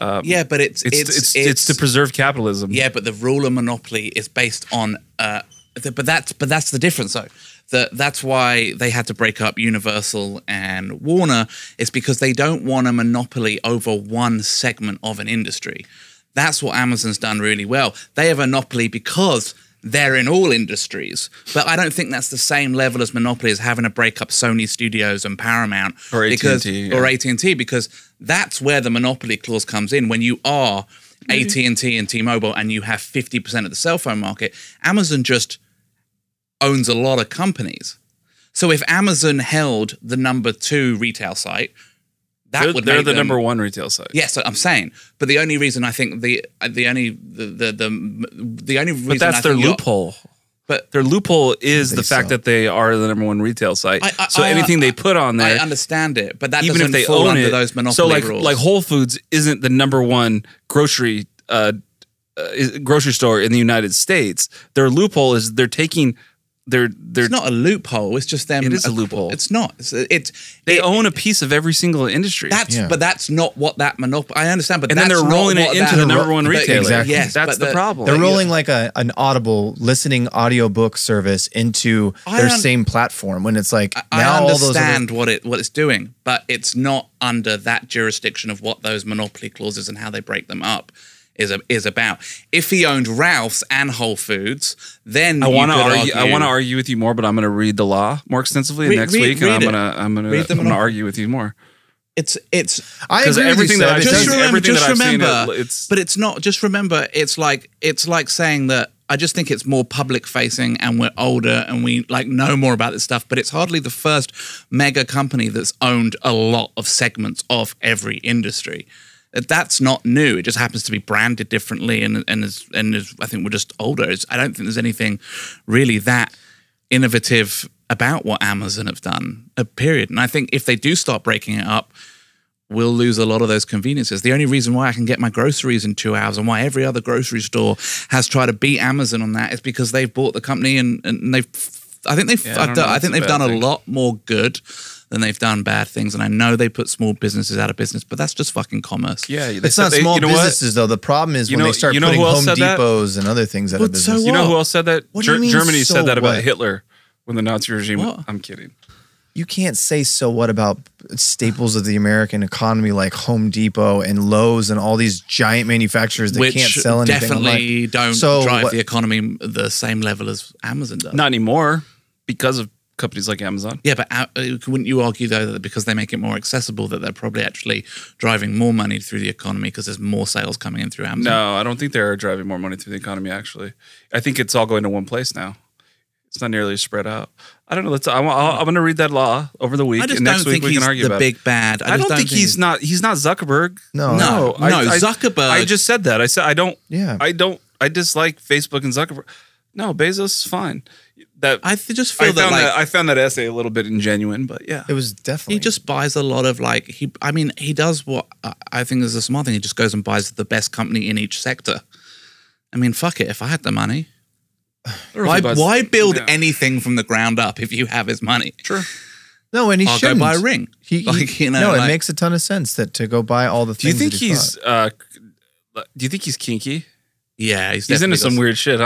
Speaker 2: Um,
Speaker 4: Yeah, but it's-
Speaker 2: it's
Speaker 4: it's-
Speaker 2: it's, it's,
Speaker 4: it's-
Speaker 2: to preserve capitalism.
Speaker 4: Yeah, but the rule of monopoly is based on. Uh, the, but that's but that's the difference though. That that's why they had to break up Universal and Warner is because they don't want a monopoly over one segment of an industry. That's what Amazon's done really well. They have a monopoly because they're in all industries. But I don't think that's the same level as monopoly as having to break up Sony Studios and Paramount
Speaker 2: Or
Speaker 4: because-
Speaker 2: AT&T,
Speaker 4: or
Speaker 2: yeah.
Speaker 4: AT&T because that's where the monopoly clause comes in when you are AT&T and T-Mobile and you have 50% of the cell phone market Amazon just owns a lot of companies so if Amazon held the number 2 retail site that
Speaker 2: they're,
Speaker 4: would
Speaker 2: they're
Speaker 4: make
Speaker 2: the
Speaker 4: them-
Speaker 2: number one retail site.
Speaker 4: Yes, I'm saying, but the only reason I think the the only the the the, the only reason
Speaker 2: but
Speaker 4: I
Speaker 2: that's their
Speaker 4: think you're-
Speaker 2: loophole.
Speaker 4: But
Speaker 2: their loophole is the fact that they are the number one retail site.
Speaker 4: I- I-
Speaker 2: so
Speaker 4: I-
Speaker 2: anything they put on
Speaker 4: I
Speaker 2: there,
Speaker 4: understand it, but that
Speaker 2: even
Speaker 4: doesn't
Speaker 2: if they
Speaker 4: fall
Speaker 2: own
Speaker 4: under
Speaker 2: it,
Speaker 4: those monopoly
Speaker 2: so like
Speaker 4: rules.
Speaker 2: like Whole Foods isn't the number one grocery uh, uh, is- grocery store in the United States. Their loophole is they're taking their their. It's
Speaker 4: not a loophole. It's just them.
Speaker 2: It is a loophole.
Speaker 4: It's not. It's, it's
Speaker 2: they own a piece of every single industry.
Speaker 4: That's but that's not what that monopoly. I understand, but
Speaker 2: And then
Speaker 4: that's
Speaker 2: they're
Speaker 4: not
Speaker 2: rolling it
Speaker 4: what
Speaker 2: into
Speaker 4: that-
Speaker 2: the number one
Speaker 4: but-
Speaker 2: retailer.
Speaker 4: Exactly. Yes,
Speaker 2: That's
Speaker 4: but
Speaker 2: the problem.
Speaker 3: They're rolling like a an Audible listening audiobook service into
Speaker 4: I
Speaker 3: their
Speaker 4: un-
Speaker 3: same platform when it's like now
Speaker 4: I
Speaker 3: all those
Speaker 4: understand
Speaker 3: other,
Speaker 4: what it what it's doing, but it's not under that jurisdiction of what those monopoly clauses and how they break them up is a, is about. If he owned Ralph's and Whole Foods, then
Speaker 2: I
Speaker 4: you
Speaker 2: want to
Speaker 4: could
Speaker 2: argue. I want to argue with you more, but I'm going to read the law more extensively
Speaker 4: Read-
Speaker 2: next
Speaker 4: read-
Speaker 2: week,
Speaker 4: read
Speaker 2: and I'm
Speaker 4: it.
Speaker 2: going to I'm going
Speaker 4: Read
Speaker 2: to
Speaker 4: them
Speaker 2: I'm going to
Speaker 4: all.
Speaker 2: argue with you more.
Speaker 4: It's it's.
Speaker 3: I
Speaker 2: Because agree with everything you, that Seb. I've
Speaker 4: just
Speaker 2: seen-
Speaker 4: remember,
Speaker 2: everything
Speaker 4: just
Speaker 2: that I've seen,
Speaker 4: remember,
Speaker 2: it- it's-
Speaker 4: but it's not. Just remember, it's like it's like saying that. I just think it's more public facing, and we're older, and we like know more about this stuff. But it's hardly the first mega company that's owned a lot of segments of every industry. That- That's not new. It just happens to be branded differently, and and is, and is, I think we're just older. It's, I don't think there's anything really that innovative about what Amazon have done. A period. And I think if they do start breaking it up, we'll lose a lot of those conveniences. The only reason why I can get my groceries in two hours and why every other grocery store has tried to beat Amazon on that is because they've bought the company and, and they've. I think they've.
Speaker 2: Yeah, I
Speaker 4: I,
Speaker 2: don't
Speaker 4: do-
Speaker 2: know.
Speaker 4: I
Speaker 2: It's a
Speaker 4: think they've
Speaker 2: bad
Speaker 4: done a
Speaker 2: thing.
Speaker 4: lot more good than they've done bad things, and I know they put small businesses out of business, but that's just fucking commerce.
Speaker 2: Yeah, they
Speaker 3: it's
Speaker 2: said
Speaker 3: not
Speaker 2: they-
Speaker 3: small
Speaker 2: you know what?
Speaker 3: businesses though. The problem is
Speaker 2: You
Speaker 3: when
Speaker 2: know-
Speaker 3: they start
Speaker 2: you know
Speaker 3: putting
Speaker 2: who else
Speaker 3: Home
Speaker 2: said that?
Speaker 3: Depots and other things out of
Speaker 4: But so
Speaker 3: business.
Speaker 2: you know who else said that?
Speaker 3: What do you mean,
Speaker 2: Germany
Speaker 3: so
Speaker 2: said that about
Speaker 3: what?
Speaker 2: Hitler when the Nazi regime. I'm kidding.
Speaker 3: You can't say so what about staples of the American economy like Home Depot and Lowe's and all these giant manufacturers that
Speaker 4: Which
Speaker 3: can't sell anything. I'm like,
Speaker 4: definitely don't
Speaker 3: so
Speaker 4: drive
Speaker 3: what-
Speaker 4: the economy the same level as Amazon does.
Speaker 2: Not anymore because of companies like Amazon.
Speaker 4: Yeah, but uh, wouldn't you argue though that because they make it more accessible, that they're probably actually driving more money through the economy because there's more sales coming in through Amazon?
Speaker 2: No, I don't think they're driving more money through the economy. Actually, I think it's all going to one place now. It's not nearly spread out. I don't know. Let's. I'm, I'll- I'm going to read that law over the week.
Speaker 4: I just
Speaker 2: and next
Speaker 4: don't
Speaker 2: week
Speaker 4: think
Speaker 2: we can
Speaker 4: he's
Speaker 2: argue
Speaker 4: the
Speaker 2: about it.
Speaker 4: big bad. I
Speaker 2: I,
Speaker 4: just
Speaker 2: don't
Speaker 4: don't
Speaker 2: think
Speaker 4: think
Speaker 2: he's
Speaker 4: he's-
Speaker 2: not. He's not Zuckerberg.
Speaker 3: No.
Speaker 4: No,
Speaker 2: I-
Speaker 4: no,
Speaker 2: I-
Speaker 4: Zuckerberg-
Speaker 2: I just said that. I said I don't.
Speaker 3: Yeah.
Speaker 2: I don't. I dislike Facebook and Zuckerberg. No, Bezos is fine. That
Speaker 4: I th- just feel
Speaker 2: I
Speaker 4: that,
Speaker 2: found
Speaker 4: like-
Speaker 2: I found that essay a little bit ingenuine, but yeah,
Speaker 3: it was definitely.
Speaker 4: He just buys a lot of like he. I mean, he does what I- I think is a smart thing. He just goes and buys the best company in each sector. I mean, fuck it. If I had
Speaker 2: [SIGHS]
Speaker 4: the money,
Speaker 2: if
Speaker 4: why,
Speaker 2: he buys-
Speaker 4: why build
Speaker 2: yeah.
Speaker 4: anything from the ground up if you have his money?
Speaker 2: Sure.
Speaker 3: No, and he
Speaker 4: I'll
Speaker 3: should
Speaker 4: go buy a ring.
Speaker 3: He,
Speaker 4: Like, you know,
Speaker 3: no, it
Speaker 4: like-
Speaker 3: makes a ton of sense that to go buy all the
Speaker 2: Do you
Speaker 3: things.
Speaker 2: think
Speaker 3: that he
Speaker 2: he's? Uh, do you think he's kinky?
Speaker 4: Yeah, he's,
Speaker 2: He's into
Speaker 4: definitely
Speaker 2: some
Speaker 4: got
Speaker 2: weird shit, huh?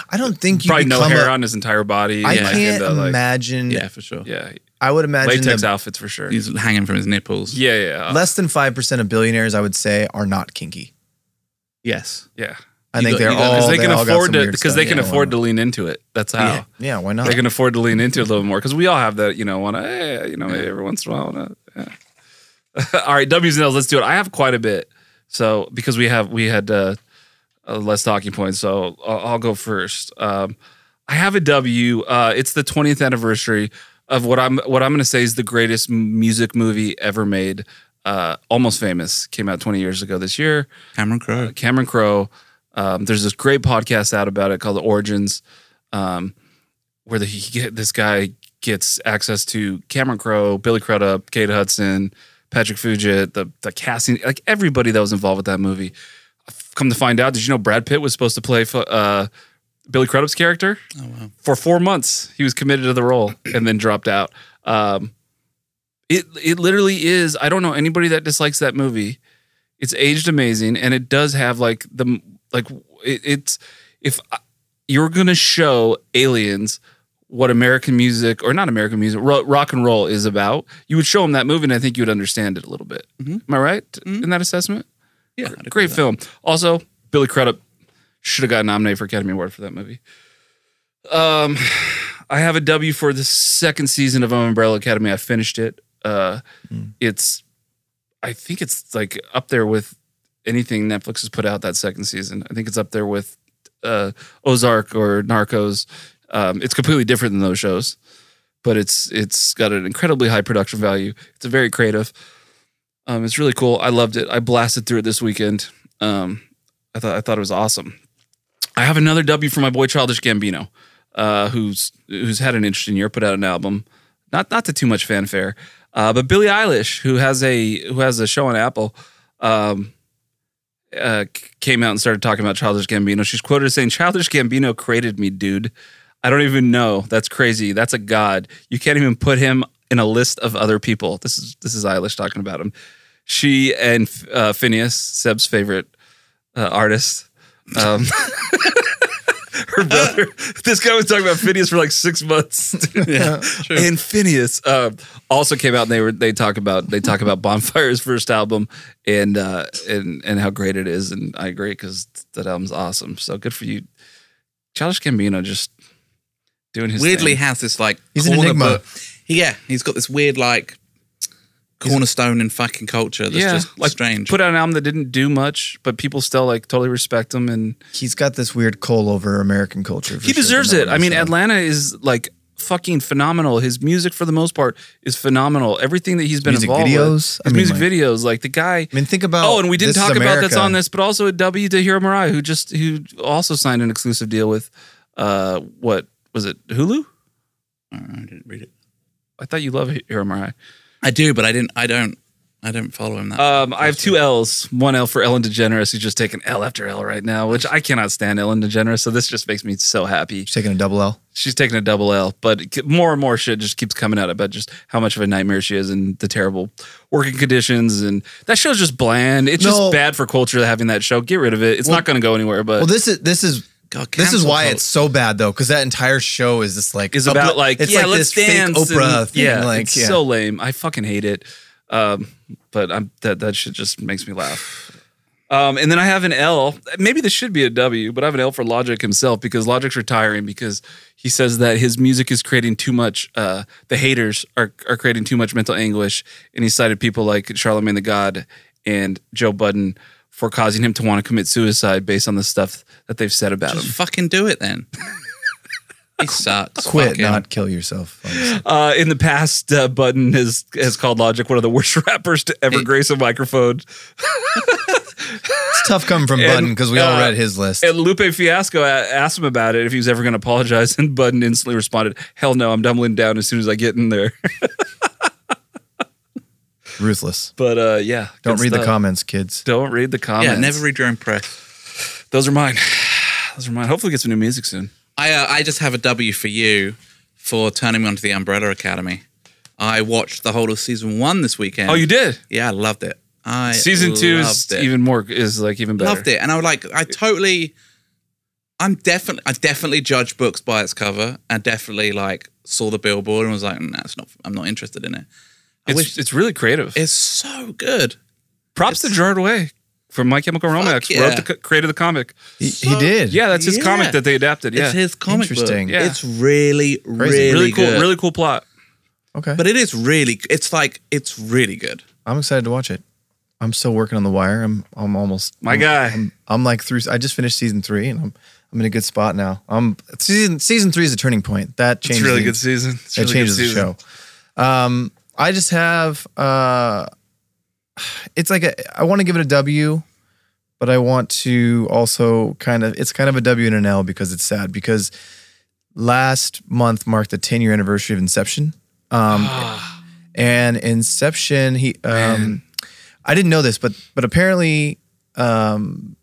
Speaker 3: bought. I don't think you
Speaker 2: Probably no
Speaker 3: become
Speaker 2: hair
Speaker 3: a-
Speaker 2: on his entire body.
Speaker 3: I
Speaker 2: and, like,
Speaker 3: can't
Speaker 2: into, like-
Speaker 3: imagine.
Speaker 4: Yeah, for sure.
Speaker 2: yeah,
Speaker 3: I would imagine
Speaker 2: latex
Speaker 3: the-
Speaker 2: outfits for sure.
Speaker 4: He's hanging from his nipples.
Speaker 2: yeah, yeah, uh,
Speaker 3: less than five percent of billionaires, I would say, are not kinky.
Speaker 4: Yes.
Speaker 2: yeah.
Speaker 3: I
Speaker 4: You
Speaker 3: think
Speaker 4: got-
Speaker 3: they're
Speaker 4: you got-
Speaker 3: all
Speaker 2: Because they can
Speaker 3: all got
Speaker 2: afford
Speaker 3: some
Speaker 2: to.
Speaker 3: weird
Speaker 2: Because
Speaker 3: stuff
Speaker 2: they can
Speaker 3: going
Speaker 2: afford
Speaker 3: on.
Speaker 2: to lean into it. That's how.
Speaker 4: Yeah.
Speaker 3: Yeah, why not?
Speaker 2: They can afford to lean into it a little more because we all have that, you know, want to, you know, every once in a while. wanna- yeah. [LAUGHS] all right, W's and L's, let's do it. I have quite a bit. So, because we have, we had uh, uh, less talking points. So I'll, I'll go first. Um, I have a W. Uh, it's the 20th anniversary of what I'm, what I'm going to say is the greatest m- music movie ever made. Uh, Almost Famous came out 20 years ago this year.
Speaker 4: Cameron Crowe.
Speaker 2: Cameron Crowe. Um, there's this great podcast out about it called The Origins, um, where the, he get, this guy gets access to Cameron Crowe, Billy Crudup, Kate Hudson, Patrick Fugit, the the casting, like everybody that was involved with that movie. Come to find out, did you know Brad Pitt was supposed to play fu- uh, Billy Crudup's character
Speaker 4: Oh wow.
Speaker 2: for four months? He was committed to the role and then dropped out. Um, it it literally is. I don't know anybody that dislikes that movie it's aged amazing and it does have like the like it, it's if I- you're gonna show aliens what american music or not american music ro- rock and roll is about you would show them that movie and i think you would understand it a little bit am i right in that assessment
Speaker 4: Yeah.
Speaker 2: Gr-
Speaker 4: I'd agree
Speaker 2: great
Speaker 4: with
Speaker 2: film also billy crudup should have gotten nominated for academy award for that movie um i have a w for the second season of umbrella academy i finished it uh it's I think it's like up there with anything Netflix has put out that second season. I think it's up there with uh, Ozark or Narcos. Um, it's completely different than those shows, but it's it's got an incredibly high production value. It's very creative. Um, it's really cool. I loved it. I blasted through it this weekend. Um, I thought I thought it was awesome. I have another W for my boy Childish Gambino, uh, who's who's had an interesting year. Put out an album, not not to too much fanfare, uh, but Billie Eilish, who has a who has a show on Apple, um, uh, c- came out and started talking about Childish Gambino. She's quoted as saying, "Childish Gambino created me, dude. I don't even know. That's crazy. That's a god. You can't even put him in a list of other people." This is this is Eilish talking about him. She and uh, Phineas, Seb's favorite uh, artist. Um, [LAUGHS] her brother. this guy was talking about Phineas for like six months.
Speaker 4: Uh.
Speaker 2: [LAUGHS]
Speaker 4: Yeah, true.
Speaker 2: And Phineas uh, also came out and they were they talk about they talk about [LAUGHS] Bonfire's first album and uh, and and how great it is and I agree because that album's awesome. So good for you, Childish Gambino, just doing his
Speaker 4: Weirdly
Speaker 2: thing.
Speaker 4: has this like
Speaker 3: He's an
Speaker 4: corner
Speaker 3: enigma.
Speaker 4: book- Yeah, he's got this weird like cornerstone in fucking culture that's
Speaker 2: yeah,
Speaker 4: just
Speaker 2: like
Speaker 4: strange.
Speaker 2: put out an album that didn't do much, but people still like totally respect him and
Speaker 3: He's got this weird coal over American culture. for
Speaker 2: he
Speaker 3: sure,
Speaker 2: deserves
Speaker 3: no
Speaker 2: it. I mean,
Speaker 3: doubt.
Speaker 2: Atlanta is like fucking phenomenal. His music, for the most part, is phenomenal. Everything that he's been
Speaker 3: Music
Speaker 2: involved
Speaker 3: videos?
Speaker 2: with, his
Speaker 3: I mean,
Speaker 2: music
Speaker 3: like-
Speaker 2: videos, like the guy.
Speaker 3: I mean, think about.
Speaker 2: oh, and we didn't
Speaker 3: This Is
Speaker 2: talk about that's
Speaker 3: America.
Speaker 2: on this, but also a W to Hiro Murai, who just who also signed an exclusive deal with, uh, what was it, Hulu?
Speaker 4: I didn't read it.
Speaker 2: I thought you love Hiro Murai.
Speaker 4: I do, but I didn't. I don't. I don't follow him that.
Speaker 2: Um, I have two L's. One L for Ellen DeGeneres, who's just taking L after L right now, which I cannot stand Ellen DeGeneres. So this just makes me so happy.
Speaker 3: She's taking a double L.
Speaker 2: she's taking a double L, but more and more shit just keeps coming out about just how much of a nightmare she is and the terrible working conditions. And that show's just bland. It's
Speaker 3: No.
Speaker 2: just bad for culture having that show. Get rid of it. It's not going to go anywhere. But
Speaker 3: Well, this is this is
Speaker 4: God,
Speaker 3: this is
Speaker 4: cancel
Speaker 3: why
Speaker 4: cult.
Speaker 3: it's so bad though, because that entire show is just like
Speaker 2: is
Speaker 3: upli-
Speaker 2: about like
Speaker 3: it's
Speaker 2: yeah,
Speaker 3: like
Speaker 2: let's
Speaker 3: this fake
Speaker 2: dance. and-
Speaker 3: Oprah thing.
Speaker 2: yeah,
Speaker 3: like
Speaker 2: it's
Speaker 3: yeah.
Speaker 2: so lame. I fucking hate it. Um, but I'm that that shit just makes me laugh. Um, and then I have an L. Maybe this should be a W, but I have an L for Logic himself because Logic's retiring because he says that his music is creating too much. Uh, the haters are are creating too much mental anguish, and he cited people like Charlemagne the God and Joe Budden for causing him to want to commit suicide based on the stuff that they've said about him. [LAUGHS]
Speaker 4: Just fucking do it then. He sucks.
Speaker 3: Quit,
Speaker 4: Fuck him.
Speaker 3: not
Speaker 2: [LAUGHS]
Speaker 3: kill yourself.
Speaker 2: Uh, in the past, uh, Button has has called Logic one of the worst [LAUGHS] rappers to ever grace a microphone.
Speaker 3: It's tough coming from
Speaker 2: And,
Speaker 3: Button because we all
Speaker 2: uh,
Speaker 3: read his list.
Speaker 2: And Lupe Fiasco a- asked him about it if he was ever going to apologize, [LAUGHS] and Budden instantly responded, "Hell no, I'm doubling down as soon as I get in there." [LAUGHS]
Speaker 3: Ruthless.
Speaker 2: But uh, yeah,
Speaker 3: Don't
Speaker 2: good
Speaker 3: read the
Speaker 2: stuff.
Speaker 3: comments, kids.
Speaker 2: Don't read the comments.
Speaker 4: never read your own press.
Speaker 2: Those are mine. [SIGHS] Those are mine. Hopefully, get some new music soon.
Speaker 4: I uh, I just have a W for you for turning me onto the Umbrella Academy. I watched the whole of season one this weekend.
Speaker 2: Oh, you did?
Speaker 4: Yeah, I loved it. I
Speaker 2: Season two is
Speaker 4: loved it.
Speaker 2: even more is like even better.
Speaker 4: Loved it, and I would like. I totally. I'm definitely. I definitely judge books by its cover, and definitely like saw the billboard and was like, "No, it's not. I'm not interested in it." I
Speaker 2: It's
Speaker 4: wish
Speaker 2: it's really creative.
Speaker 4: It's so good.
Speaker 2: Props to Gerard Way from My Chemical Romance.
Speaker 4: yeah.
Speaker 2: Wrote the, co- created the comic.
Speaker 3: He, he did.
Speaker 2: Yeah, that's his
Speaker 4: Yeah.
Speaker 2: comic that they adapted. Yeah,
Speaker 4: It's his comic book.
Speaker 3: Interesting.
Speaker 2: Yeah.
Speaker 4: It's really, really,
Speaker 2: Crazy. Really cool.
Speaker 4: good.
Speaker 2: Really cool plot.
Speaker 3: Okay.
Speaker 4: But it is really. It's like it's really good.
Speaker 3: I'm excited to watch it. I'm still working on The Wire. I'm I'm almost
Speaker 2: My
Speaker 3: I'm-
Speaker 2: guy.
Speaker 3: I'm, I'm like through. I just finished season three, and I'm I'm in a good spot now. I'm season season three is a turning point. That
Speaker 2: It's
Speaker 3: changes.
Speaker 2: a really
Speaker 3: the-
Speaker 2: good season. It's a
Speaker 3: that
Speaker 2: really good
Speaker 3: changes the
Speaker 2: season.
Speaker 3: show. Um, I just have uh, it's like a, I want to give it a W, but I want to also kind of it's kind of a W and an L because it's sad because last month marked the 10 year anniversary of Inception. Um, and Inception, he um, I didn't know this, but but apparently um,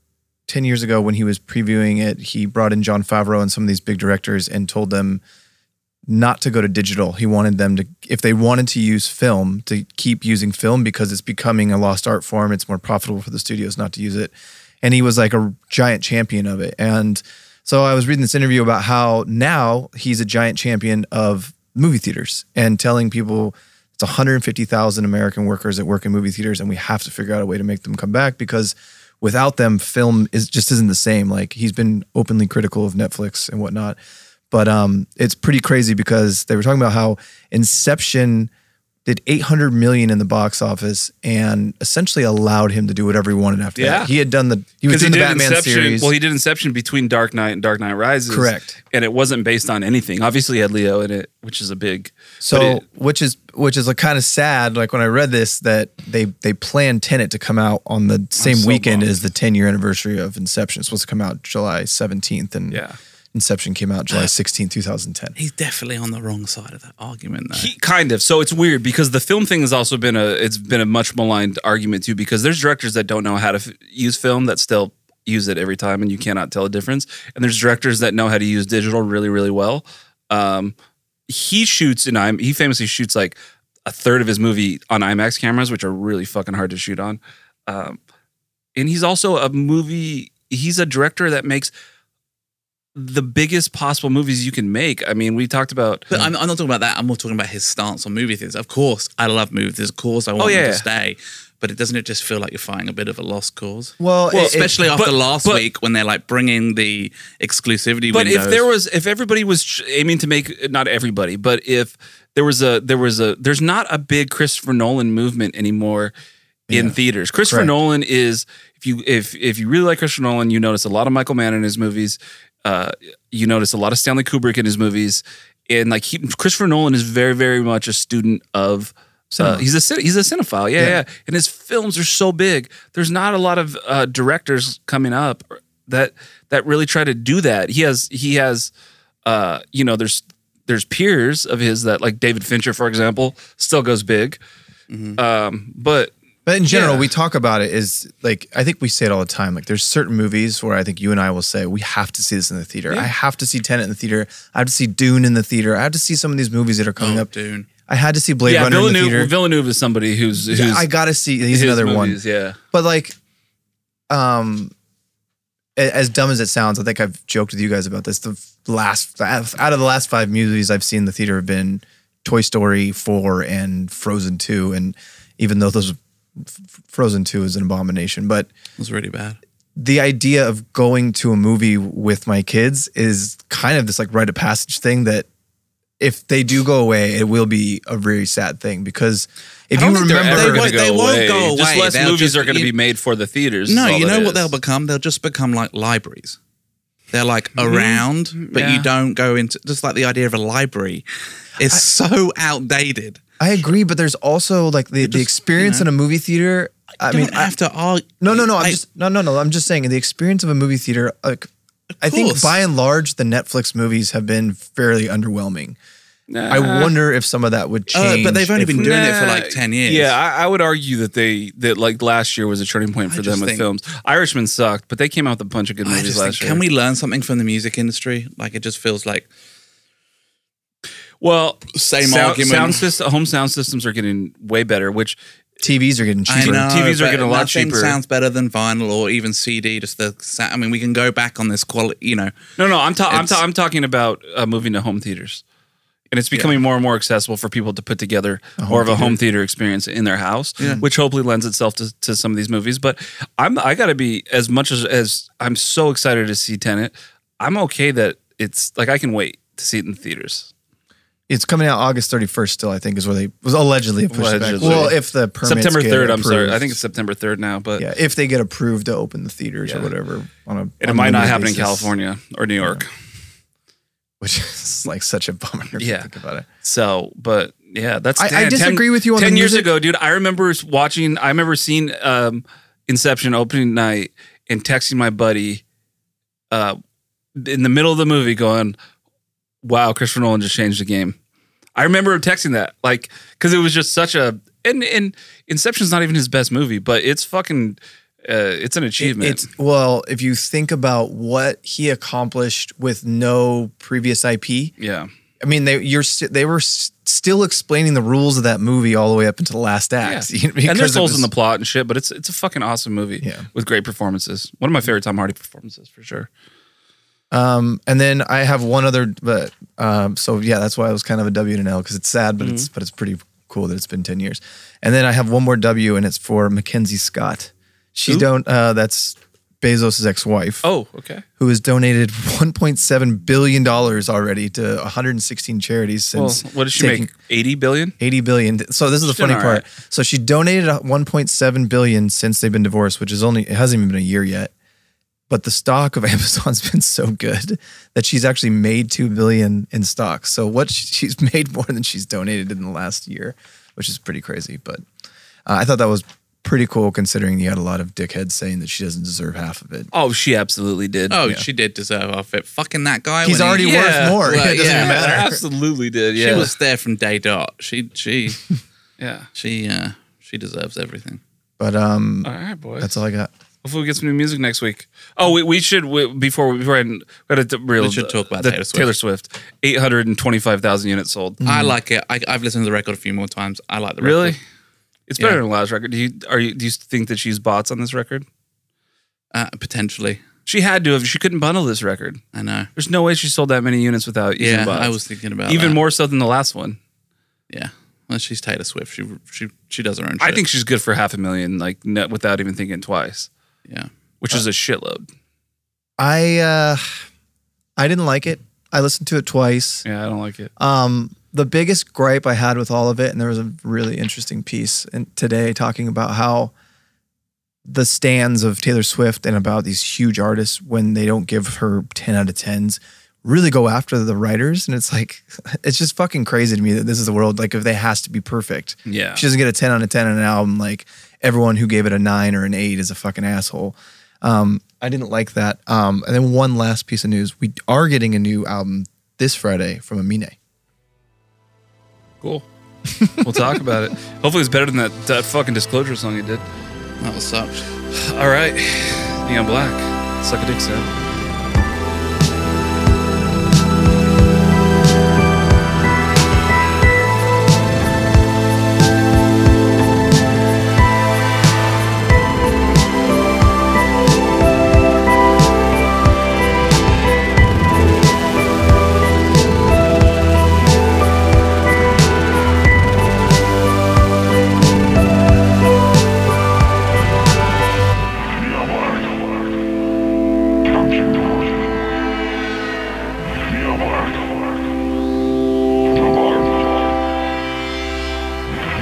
Speaker 3: 10 years ago when he was previewing it, he brought in John Favreau and some of these big directors and told them not to go to digital. He wanted them to, if they wanted to use film, to keep using film because it's becoming a lost art form. It's more profitable for the studios not to use it. And he was like a giant champion of it. And so I was reading this interview about how now he's a giant champion of movie theaters and telling people it's 150,000 American workers that work in movie theaters, and we have to figure out a way to make them come back because without them, film is just isn't the same. Like he's been openly critical of Netflix and whatnot, but um, it's pretty crazy because they were talking about how Inception did 800 million in the box office and essentially allowed him to do whatever he wanted after
Speaker 2: Yeah.
Speaker 3: that. He had done the he was
Speaker 2: 'Cause
Speaker 3: doing the
Speaker 2: did
Speaker 3: Batman
Speaker 2: Inception,
Speaker 3: series.
Speaker 2: Well, he did Inception between Dark Knight and Dark Knight Rises.
Speaker 3: Correct.
Speaker 2: And it wasn't based on anything. Obviously, it had Leo in it, which is a big. but
Speaker 3: So,
Speaker 2: it-
Speaker 3: which is which is like kind of sad. Like when I read this, that they they planned Tenet to come out on the same
Speaker 2: so
Speaker 3: weekend
Speaker 2: bummed.
Speaker 3: as the 10 year anniversary of Inception. It's supposed to come out July 17th, and
Speaker 2: Yeah.
Speaker 3: Inception came out July 16th, 2010.
Speaker 4: He's definitely on the wrong side of that argument, though.
Speaker 2: He, kind of. So it's weird because the film thing has also been a it's been a much maligned argument too because there's directors that don't know how to f- use film that still use it every time and you cannot tell a difference and there's directors that know how to use digital really really well. Um, he shoots in I'm he famously shoots like a third of his movie on IMAX cameras which are really fucking hard to shoot on. Um, and he's also a movie he's a director that makes the biggest possible movies you can make. I mean, we talked about
Speaker 4: But I'm, I'm not talking about that. I'm more talking about his stance on movie theaters. Of course, I love movie theaters. Of course, I want
Speaker 2: Oh, yeah,
Speaker 4: them
Speaker 2: yeah.
Speaker 4: to stay. But it doesn't it just feel like you're fighting a bit of a lost cause?
Speaker 3: Well, it- it-
Speaker 4: especially after
Speaker 2: but-
Speaker 4: last
Speaker 2: but-
Speaker 4: week when they're like bringing the exclusivity
Speaker 2: but
Speaker 4: windows.
Speaker 2: if there was if everybody was ch- aiming to make not everybody but if there was a there was a there's not a big christopher nolan movement anymore in theaters christopher
Speaker 3: Correct.
Speaker 2: nolan is if you if if you really like christopher nolan you notice a lot of michael mann in his movies uh you notice a lot of stanley kubrick in his movies and like he, christopher nolan is very very much a student of uh, he's a cine- he's a cinephile, yeah, yeah, And his films are so big. There's not a lot of uh, directors coming up that that really try to do that. He has he has, uh, you know, there's there's peers of his that like David Fincher, for example, still goes big. Um, but
Speaker 3: But in general,
Speaker 2: Yeah.
Speaker 3: we talk about it is like I think we say it all the time. Like there's certain movies where I think you and I will say we have to see this in the theater. I have to see Tenet in the theater. I have to see Dune in the theater. I have to see some of these movies that are coming
Speaker 4: oh,
Speaker 3: up.
Speaker 4: Dune.
Speaker 3: I had to see Blade
Speaker 2: yeah,
Speaker 3: Runner in the
Speaker 2: Villeneuve,
Speaker 3: theater.
Speaker 2: Villeneuve is somebody who's who's
Speaker 3: I gotta see. He's
Speaker 2: his
Speaker 3: another one.
Speaker 2: movies, Yeah,
Speaker 3: But like, um, a- as dumb as it sounds, I think I've joked with you guys about this. The last out of the last five movies I've seen in the theater have been Toy Story four and Frozen two, and even though those F- Frozen two is an abomination, but
Speaker 4: It was really bad.
Speaker 3: the idea of going to a movie with my kids is kind of this like rite of passage thing that if they do go away, it will be a very sad thing because if
Speaker 2: I
Speaker 3: you
Speaker 2: don't think they're
Speaker 3: remember,
Speaker 2: ever gonna
Speaker 4: won't- they won't go
Speaker 2: Just
Speaker 4: away.
Speaker 2: less
Speaker 4: They'll
Speaker 2: movies
Speaker 4: just-
Speaker 2: are going to
Speaker 4: you-
Speaker 2: be made for the theaters. is
Speaker 4: No,
Speaker 2: all
Speaker 4: you
Speaker 2: that
Speaker 4: know
Speaker 2: is.
Speaker 4: what they'll become? They'll just become like libraries. They're like
Speaker 2: Mhm.
Speaker 4: around, but
Speaker 2: Yeah.
Speaker 4: you don't go into just like the idea of a library is so outdated.
Speaker 3: I agree, but there's also like the, the experience
Speaker 4: you know.
Speaker 3: in a movie theater. I, mean,
Speaker 4: don't have to argue.
Speaker 3: No, no, no. I'm just no, no, no. I'm just saying the experience of a movie theater. Like, I think
Speaker 4: course.
Speaker 3: by and large, the Netflix movies have been fairly underwhelming. I
Speaker 2: Nah.
Speaker 3: wonder if some of that would
Speaker 4: Uh, but
Speaker 3: change.
Speaker 4: they've only
Speaker 3: if
Speaker 4: been
Speaker 3: we-
Speaker 4: doing it for, like, 10 years.
Speaker 2: Yeah, I, I would argue that they that like last year was a turning point for them
Speaker 4: just
Speaker 2: with
Speaker 4: think-
Speaker 2: films. Irishman sucked, but they came out with a bunch of good
Speaker 4: I
Speaker 2: movies
Speaker 4: just
Speaker 2: last
Speaker 4: think,
Speaker 2: year.
Speaker 4: can we learn something from the music industry? Like it just feels like
Speaker 2: Well,
Speaker 4: Same
Speaker 2: sound,
Speaker 4: argument.
Speaker 2: Sound system, home sound systems are getting way better, which
Speaker 3: TVs are getting
Speaker 4: I
Speaker 2: cheaper.
Speaker 4: know,
Speaker 2: TVs are
Speaker 4: but
Speaker 2: getting a lot
Speaker 4: nothing
Speaker 2: cheaper.
Speaker 4: Sounds better than vinyl or even CD. Just the sa- I mean, we can go back on this quality. You know,
Speaker 2: no, no, I'm, ta- I'm, ta-
Speaker 4: It's-
Speaker 2: I'm talking about uh, moving to home theaters, and it's becoming more and more accessible for people to put together
Speaker 3: A home
Speaker 2: more of a
Speaker 3: theater.
Speaker 2: home theater experience in their house,
Speaker 4: Yeah.
Speaker 2: which hopefully lends itself to, to some of these movies. But I'm I got to be as much as as I'm so excited to see Tenant. I'm okay that it's like I can wait to see it in theaters.
Speaker 3: It's coming out August 31st. Still, I think is where they was allegedly pushed
Speaker 2: Allegedly.
Speaker 3: back. Well, if the permits
Speaker 2: September
Speaker 3: get
Speaker 2: third, I'm sorry,
Speaker 3: approved.
Speaker 2: I think it's September third now, but
Speaker 3: yeah, if they get approved to open the theaters or
Speaker 2: Yeah.
Speaker 3: whatever on a
Speaker 2: and it might not
Speaker 3: unlimited
Speaker 2: happen in
Speaker 3: basis,
Speaker 2: California or New York.
Speaker 3: which [LAUGHS] is like such a bummer. If
Speaker 2: Yeah.
Speaker 3: you think about it.
Speaker 2: So, but yeah, that's.
Speaker 3: I- I
Speaker 2: damn,
Speaker 3: disagree with you on
Speaker 2: ten
Speaker 3: the
Speaker 2: years
Speaker 3: music-
Speaker 2: ago, dude. I remember watching. I remember seeing um, Inception opening night and texting my buddy uh, in the middle of the movie, going, "Wow, Christopher Nolan just changed the game." I remember texting that, like, because it was just such a and and Inception's not even his best movie, but it's fucking. Uh, it's an achievement.
Speaker 3: It's well, if you think about what he accomplished with no previous IP,
Speaker 2: yeah.
Speaker 3: I mean, they you're st- they were s- still explaining the rules of that movie all the way up until the last
Speaker 2: Yeah.
Speaker 3: act. [LAUGHS]
Speaker 2: and there's
Speaker 3: because it
Speaker 2: holes in
Speaker 3: was-
Speaker 2: the plot and shit, but it's it's a fucking awesome movie
Speaker 3: Yeah.
Speaker 2: with great performances. One of my favorite Tom Hardy performances for sure.
Speaker 3: Um, and then I have one other, but um, so yeah, that's why it was kind of a W and an L because it's sad, but
Speaker 2: Mm-hmm.
Speaker 3: it's but it's pretty cool that it's been ten years. And then I have one more W, and it's for Mackenzie Scott. She
Speaker 2: Who?
Speaker 3: don't. Uh, that's Bezos' ex-wife.
Speaker 2: Oh, okay.
Speaker 3: who has donated 1.7 billion dollars already to 116 charities
Speaker 2: Well,
Speaker 3: since
Speaker 2: what did she
Speaker 3: taking
Speaker 2: make? Eighty billion.
Speaker 3: 80 billion. So this is the
Speaker 2: She's doing
Speaker 3: funny
Speaker 2: all right.
Speaker 3: part. So she donated 1.7 billion since they've been divorced, which is only it hasn't even been a year yet. But the stock of [LAUGHS] Amazon's been so good that she's actually made 2 billion in stock. So what she- she's made more than she's donated in the last year, which is pretty crazy, but uh, I thought that was pretty cool considering you had a lot of dickheads saying that she doesn't deserve half of it.
Speaker 2: Oh, she absolutely did.
Speaker 4: oh, she did deserve our fit. Fucking that guy.
Speaker 3: He's
Speaker 4: when he-
Speaker 3: already
Speaker 2: Yeah.
Speaker 3: worth more.
Speaker 4: Like,
Speaker 3: it doesn't
Speaker 4: yeah.
Speaker 3: matter.
Speaker 2: absolutely did. Yeah,
Speaker 4: She was there from day dot. She she
Speaker 2: yeah.
Speaker 4: she uh she deserves everything.
Speaker 3: But um,
Speaker 2: All right, boys.
Speaker 3: that's all I got.
Speaker 2: Hopefully, we get some new music next week. Oh, we, we should we, before before I we gotta t- real,
Speaker 4: We should talk about
Speaker 2: the
Speaker 4: Taylor Swift. Mm-hmm.
Speaker 2: Taylor Swift, eight hundred and twenty five thousand units sold.
Speaker 4: I like it. I, I've listened to the record a few more times. I like the
Speaker 2: Mm-hmm. Really,
Speaker 4: record.
Speaker 2: it's
Speaker 4: Yeah.
Speaker 2: better than last record. Do you are you do you think that she's bots on this record?
Speaker 4: Uh, potentially.
Speaker 2: She had to have. She couldn't bundle this record.
Speaker 4: I know.
Speaker 2: There's no way she sold that many units without using
Speaker 4: Yeah,
Speaker 2: bots.
Speaker 4: I was thinking about
Speaker 2: even
Speaker 4: that.
Speaker 2: more so than the last one.
Speaker 4: Yeah. Well, she's Taylor Swift. She she she does her own. Shit.
Speaker 2: I think she's good for half a million, like no, without even thinking twice,
Speaker 4: yeah.
Speaker 2: which is a shitload.
Speaker 3: I uh, I didn't like it. I listened to it twice.
Speaker 2: Yeah, I don't like it.
Speaker 3: Um, the biggest gripe I had with all of it, and there was a really interesting piece in, today talking about how the stands of Taylor Swift and about these huge artists when they don't give her ten out of tens really go after the writers, and it's like [LAUGHS] it's just fucking crazy to me that this is the world. Like if they has to be perfect,
Speaker 2: Yeah.
Speaker 3: If she doesn't get a 10 out of 10 on an album like everyone who gave it a 9 or an 8 is a fucking asshole um, i didn't like that um, and then one last piece of news we are getting a new album this friday from amine
Speaker 2: Cool. [LAUGHS] we'll talk about it. Hopefully, it's better than that, that fucking disclosure song you did.
Speaker 4: That was such.
Speaker 2: All right, Neon Black, suck a dick, Sam.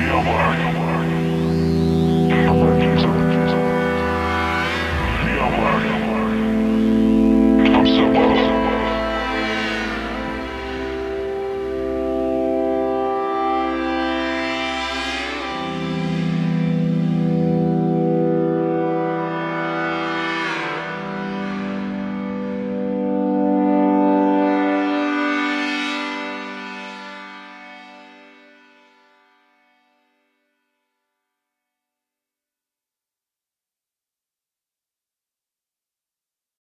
Speaker 7: Real work.